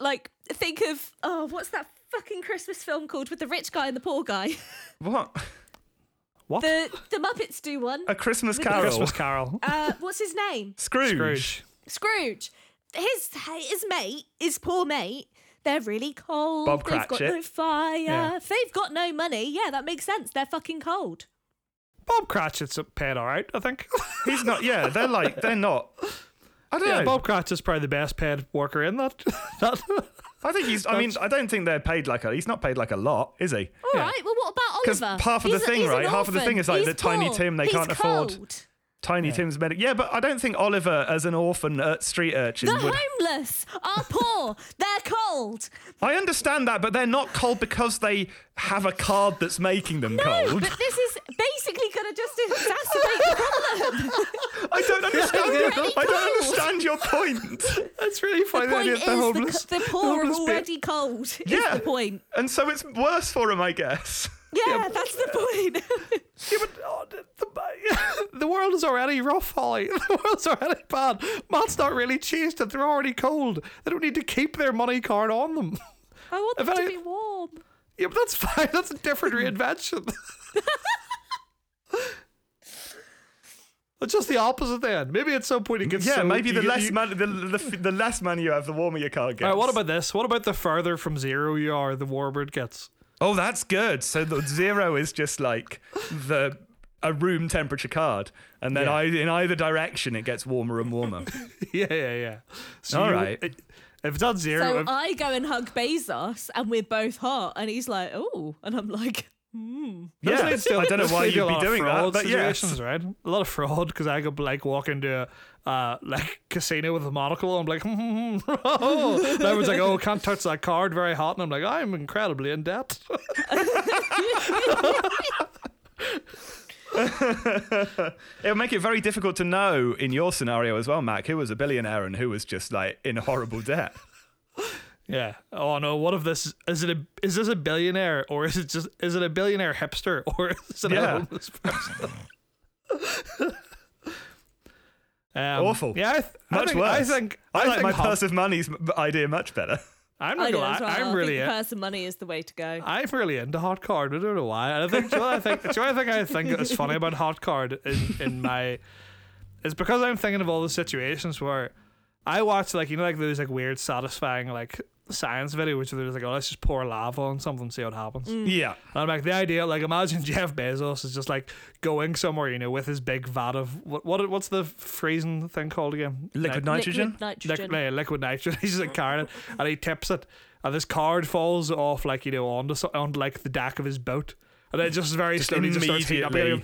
Speaker 3: like, think of, oh, what's that fucking Christmas film called with the rich guy and the poor guy?
Speaker 2: What?
Speaker 4: what?
Speaker 3: The, the Muppets do one.
Speaker 2: A Christmas
Speaker 3: With the-
Speaker 2: Carol?
Speaker 4: Christmas Carol.
Speaker 3: Uh, what's his name?
Speaker 2: Scrooge.
Speaker 4: Scrooge.
Speaker 3: Scrooge. His his mate, his poor mate. They're really cold.
Speaker 2: Bob
Speaker 3: They've got
Speaker 2: Cratchit.
Speaker 3: no fire.
Speaker 4: Yeah.
Speaker 3: They've got no money. Yeah, that makes sense. They're fucking cold.
Speaker 4: Bob Cratchit's paid all right, I think.
Speaker 2: He's not. Yeah, they're like they're not. I don't
Speaker 4: yeah,
Speaker 2: know.
Speaker 4: Bob Cratchit's probably the best paid worker in that. that
Speaker 2: I think he's. I mean, I don't think they're paid like a. He's not paid like a lot, is he?
Speaker 3: All right.
Speaker 4: Yeah.
Speaker 3: Well, what about
Speaker 2: Because
Speaker 3: Oliver?
Speaker 2: half of the
Speaker 3: He's a-
Speaker 2: thing,
Speaker 3: he's an
Speaker 2: right, half of the
Speaker 3: orphan.
Speaker 2: thing is, like,
Speaker 3: He's
Speaker 2: the Tiny
Speaker 3: poor.
Speaker 2: Tim, they
Speaker 3: He's
Speaker 2: can't afford-
Speaker 3: cold.
Speaker 2: Tiny Tim's medic. Yeah, but I don't think Oliver as an orphan uh, street urchin
Speaker 3: The
Speaker 2: would.
Speaker 3: homeless are poor. They're cold.
Speaker 2: I understand that, but they're not cold because they have a card that's making them cold.
Speaker 3: But this is basically going to just exacerbate the problem.
Speaker 2: I don't understand.
Speaker 4: they're
Speaker 2: your-
Speaker 3: already
Speaker 2: I
Speaker 3: cold.
Speaker 2: don't understand your point.
Speaker 4: That's really funny.
Speaker 3: The point
Speaker 4: idea
Speaker 3: is,
Speaker 4: of the homeless,
Speaker 3: the, poor are
Speaker 4: homeless bit.
Speaker 3: already cold. Is
Speaker 2: Yeah.
Speaker 3: the point.
Speaker 2: And so it's worse for him, I guess.
Speaker 3: Yeah, that's the point.
Speaker 4: Yeah, but oh, the, the, the world is already rough, Holly. The world's already bad. Matt's not really changed it. They're already cold. They don't need to keep their money card on them.
Speaker 3: I want
Speaker 4: If
Speaker 3: them to
Speaker 4: I-
Speaker 3: be warm.
Speaker 4: Yeah, but that's fine. That's a different reinvention. It's just the opposite then. Maybe at some point it gets
Speaker 2: Yeah,
Speaker 4: so-
Speaker 2: maybe the
Speaker 4: you-
Speaker 2: less
Speaker 4: you-
Speaker 2: money, the, the, the, the less money you have, the warmer your card gets.
Speaker 4: All right, what about this? What about the further from zero you are, the warmer it gets?
Speaker 2: Oh, that's good. So the zero is just like the a room temperature card, and then
Speaker 4: Yeah.
Speaker 2: I, in either direction it gets warmer and warmer.
Speaker 4: yeah, yeah, yeah. So
Speaker 2: All
Speaker 4: you- uh,
Speaker 2: right.
Speaker 4: it- if it's at zero,
Speaker 3: So
Speaker 4: if-
Speaker 3: I go and hug Bezos, and we're both hot, and he's like, "Oh," and I'm like,
Speaker 2: yeah,
Speaker 4: Doesn't it still-
Speaker 2: I don't know
Speaker 4: doesn't
Speaker 2: why
Speaker 4: it do
Speaker 2: you'd
Speaker 4: a
Speaker 2: be
Speaker 4: lot of
Speaker 2: doing that,
Speaker 4: fraud
Speaker 2: but yes.
Speaker 4: situations, right? A lot of fraud because I could like walk into a uh, like casino with a monocle. And I'm like, hmm, oh. and everyone's like, oh, can't touch that card, very hot, and I'm like, I'm incredibly in debt.
Speaker 2: It would make it very difficult to know in your scenario as well, Mac, who was a billionaire and who was just like in horrible debt.
Speaker 4: yeah. Oh no, what if this is it? A, is this a billionaire or is it just is it a billionaire hipster or is it
Speaker 2: Yeah.
Speaker 4: a homeless person? Um,
Speaker 2: Awful.
Speaker 4: Yeah, I th- I
Speaker 2: Much
Speaker 4: think,
Speaker 2: worse.
Speaker 4: I think I,
Speaker 2: like
Speaker 4: think
Speaker 2: my
Speaker 4: hot-
Speaker 2: purse of money's m- idea much better.
Speaker 4: I'm
Speaker 3: "I
Speaker 4: not
Speaker 3: know
Speaker 4: gonna lie.
Speaker 3: as well. I
Speaker 4: I'm
Speaker 3: think
Speaker 4: really Uh,
Speaker 3: the person money is the way to go."
Speaker 4: I'm really into hot card. I don't know why. And I think do you know what I think do you know what I think I think is funny about hot card in, in my is because I'm thinking of all the situations where I watch like you know like those like weird satisfying like science video which they're just like oh let's just pour lava on something and see what happens.
Speaker 2: yeah.
Speaker 4: And I'm like the idea like imagine Jeff Bezos is just like going somewhere you know with his big vat of what what what's the freezing thing called again
Speaker 2: Liquid
Speaker 4: Ni-
Speaker 2: nitrogen?
Speaker 3: Liquid nitrogen.
Speaker 4: liquid, yeah, liquid nitrogen. He's just like carrying it, and he tips it, and this card falls off like you know onto so- on like the deck of his boat. And then just very slowly just starts heating up.
Speaker 2: immediately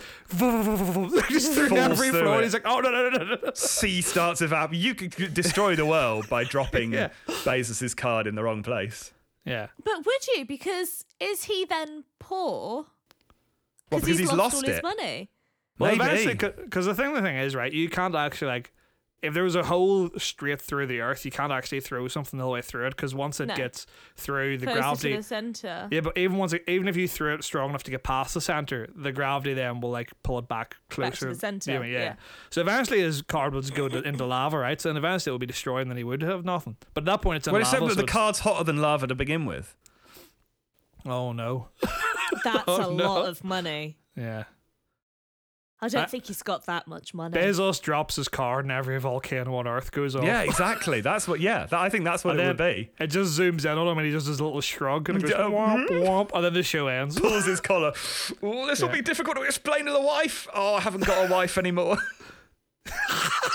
Speaker 4: Just through
Speaker 2: Falls
Speaker 4: every
Speaker 2: through it.
Speaker 4: floor. And he's like, oh, no, no, no, no, no.
Speaker 2: sea starts evaporating. You could could destroy the world by dropping
Speaker 4: Yeah.
Speaker 2: Bezos's card in the wrong place.
Speaker 4: Yeah.
Speaker 3: But would you? Because is he then poor?
Speaker 2: Well, because he's lost
Speaker 3: all his
Speaker 2: it.
Speaker 3: money.
Speaker 4: Well,
Speaker 2: Maybe.
Speaker 4: eventually, because the thing, the thing is, right, you can't actually, like, if there was a hole straight through the earth, you can't actually throw something all the way through it because once it
Speaker 3: No.
Speaker 4: gets through, the
Speaker 3: Closer
Speaker 4: gravity.
Speaker 3: to the center.
Speaker 4: Yeah, but even once, it, even if you threw it strong enough to get past the center, the gravity then will like pull it back closer
Speaker 3: the center,
Speaker 4: You know,
Speaker 3: yeah.
Speaker 4: So eventually, his card will just go to, into lava, right? So and eventually, it will be destroyed, and then he would have nothing. But at that point, it's in
Speaker 2: Well,
Speaker 4: lava.
Speaker 2: except that
Speaker 4: so
Speaker 2: the
Speaker 4: it's-
Speaker 2: card's hotter than lava to begin with.
Speaker 4: Oh no.
Speaker 3: That's
Speaker 4: Oh,
Speaker 3: a
Speaker 4: no.
Speaker 3: lot of money.
Speaker 4: Yeah.
Speaker 3: I don't
Speaker 4: Uh,
Speaker 3: think he's got that much money.
Speaker 4: Bezos drops his car and every volcano on Earth goes off.
Speaker 2: Yeah, exactly. That's what. Yeah, that, I think that's what
Speaker 4: Oh. And
Speaker 2: it
Speaker 4: then
Speaker 2: would be.
Speaker 4: it just zooms in on him and he does his little shrug and it goes
Speaker 2: Yeah.
Speaker 4: womp womp and then the show ends.
Speaker 2: Pulls his collar. Oh, this will be difficult to explain to the wife. Oh, I haven't got a wife anymore.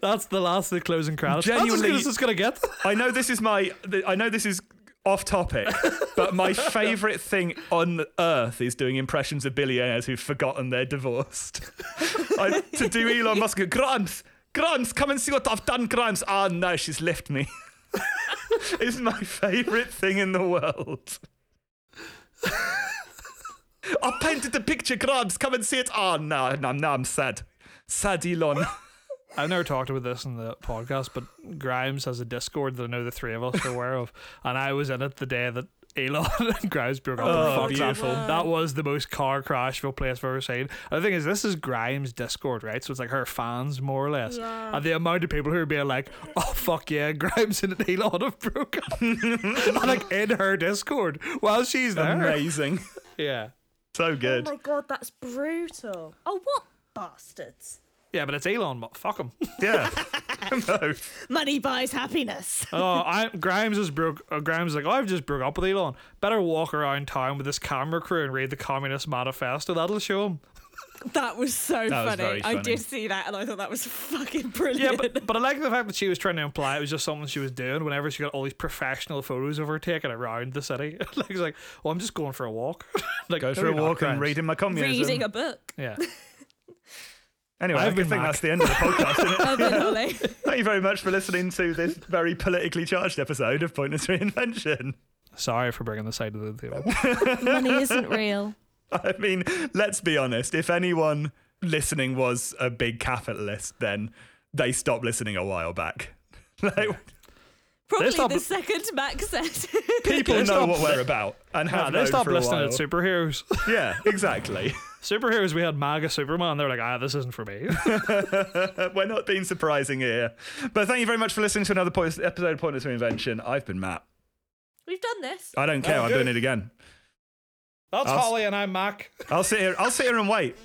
Speaker 4: That's the last of the closing credits. That's as
Speaker 2: Genuinely-
Speaker 4: good as it's gonna get.
Speaker 2: I know this is my. th- I know this is off topic, but my favorite thing on earth is doing impressions of billionaires who've forgotten they're divorced. I, to do Elon Musk, Grimes, Grimes, come and see what I've done, Grimes. Ah, no, she's left me. it's my favorite thing in the world. I painted the picture, Grimes. Come and see it. Ah, no, no, no, I'm sad. Sad Elon.
Speaker 4: I've never talked about this in the podcast, but Grimes has a Discord that I know the three of us are aware of, and I was in it the day that Elon and Grimes broke up.
Speaker 2: Oh,
Speaker 4: and fucked up.
Speaker 2: beautiful.
Speaker 4: That was the most car crash of a place I've ever seen. And the thing is, this is Grimes' Discord, right? So it's like her fans, more or less. And the amount of people who are being like, oh, fuck yeah, Grimes and Elon have broke up. And, like in her Discord while she's there.
Speaker 2: Amazing.
Speaker 4: Yeah.
Speaker 2: So good.
Speaker 3: god, that's brutal. Oh, what bastards!
Speaker 4: Yeah, but it's Elon, but fuck him.
Speaker 2: Yeah. no.
Speaker 3: Money buys happiness.
Speaker 4: oh, I, Grimes is broke. Uh, Grimes is like, oh, I've just broke up with Elon. Better walk around town with this camera crew and read the Communist Manifesto. That'll show him.
Speaker 3: that was so
Speaker 2: That was
Speaker 3: funny.
Speaker 2: very
Speaker 3: I
Speaker 2: funny.
Speaker 3: did see that, and I thought that was fucking brilliant.
Speaker 4: Yeah, but but I like the fact that she was trying to imply it was just something she was doing. Whenever she got all these professional photos of her taken around the city, like it's like, well, I'm just going for a walk. like
Speaker 2: Go
Speaker 4: no,
Speaker 2: for a
Speaker 4: you're not,
Speaker 2: walk and
Speaker 4: Grimes.
Speaker 2: reading my communism.
Speaker 3: reading a book.
Speaker 4: Yeah,
Speaker 2: anyway,
Speaker 4: I've
Speaker 2: I
Speaker 4: been
Speaker 2: think
Speaker 4: Mac.
Speaker 2: that's the end of the podcast. isn't it?
Speaker 3: I've been Ollie.
Speaker 2: Thank you very much for listening to this very politically charged episode of Pointless Reinvention.
Speaker 4: sorry for bringing the side of the table.
Speaker 3: Money isn't real.
Speaker 2: I mean, let's be honest. If anyone listening was a big capitalist, then they stopped listening a while back. Like,
Speaker 3: Probably
Speaker 4: Let's not
Speaker 3: the
Speaker 4: bl-
Speaker 3: second Mac said.
Speaker 2: people
Speaker 4: They
Speaker 2: know
Speaker 4: stopped
Speaker 2: what
Speaker 4: li-
Speaker 2: we're about and
Speaker 4: Nah,
Speaker 2: have
Speaker 4: they
Speaker 2: known
Speaker 4: stopped
Speaker 2: for a
Speaker 4: listening
Speaker 2: while.
Speaker 4: to superheroes.
Speaker 2: Yeah, exactly.
Speaker 4: superheroes, we had MAGA Superman. They're like, ah, this isn't for me.
Speaker 2: we're not being surprising here. But thank you very much for listening to another point- episode of Pointless Reinvention. I've been Matt.
Speaker 3: We've done this.
Speaker 2: I don't care. I'm
Speaker 4: Oh, good.
Speaker 2: doing it again.
Speaker 4: That's
Speaker 2: Us.
Speaker 4: Holly and I'm Mac.
Speaker 2: I'll sit here. I'll sit here and wait.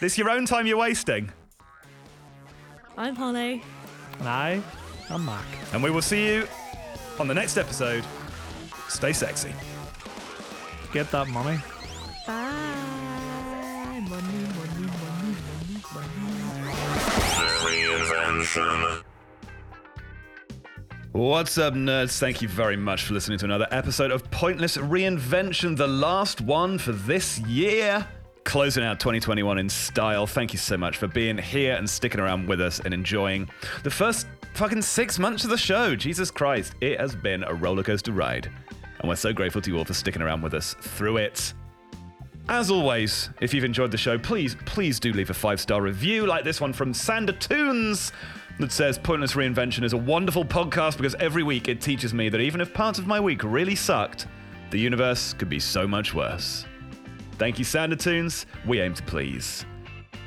Speaker 2: This your own time you're wasting,
Speaker 3: I'm Holly.
Speaker 4: And I am Mac.
Speaker 2: and we will see you on the next episode. Stay sexy.
Speaker 4: Get that money.
Speaker 3: Bye. Money, money, money, money, money.
Speaker 1: Reinvention.
Speaker 2: What's up, nerds? Thank you very much for listening to another episode of Pointless Reinvention, the last one for this year. Closing out 2021 in style. Thank you so much for being here and sticking around with us and enjoying the first fucking six months of the show. Jesus Christ, it has been a rollercoaster ride. And we're so grateful to you all for sticking around with us through it. As always, if you've enjoyed the show, please, please do leave a five star review like this one from Sander Toons that says Pointless Reinvention is a wonderful podcast because every week it teaches me that even if parts of my week really sucked, the universe could be so much worse. Thank you, Sander Toons. We aim to please.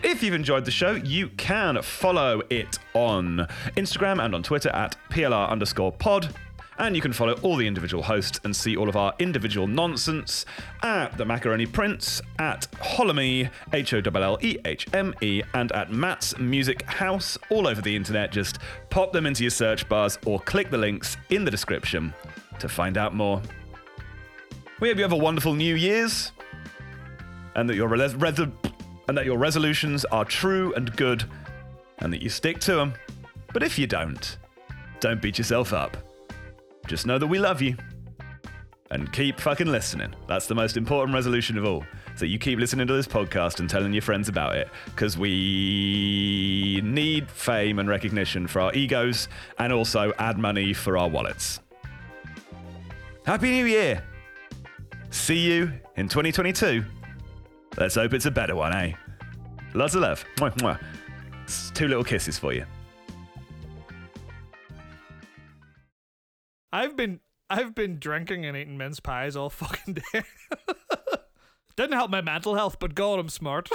Speaker 2: If you've enjoyed the show, you can follow it on Instagram and on Twitter at PLR underscore pod. And you can follow all the individual hosts and see all of our individual nonsense at the Macaroni Prince, at Holome, H O L L E H M E, and at Matt's Music House all over the internet. Just pop them into your search bars or click the links in the description to find out more. We hope you have a wonderful New Year's and that your res- res- and that your resolutions are true and good, and that you stick to them. But if you don't, don't beat yourself up. Just know that we love you, and keep fucking listening. That's the most important resolution of all. So you keep listening to this podcast and telling your friends about it, because we need fame and recognition for our egos, and also ad money for our wallets. Happy New Year! See you in 2022. Let's hope it's a better one, eh? Lots of love. Mwah, mwah. It's two little kisses for you.
Speaker 4: I've been I've been drinking and eating mince pies all fucking day. Didn't help my mental health, but God, I'm smart.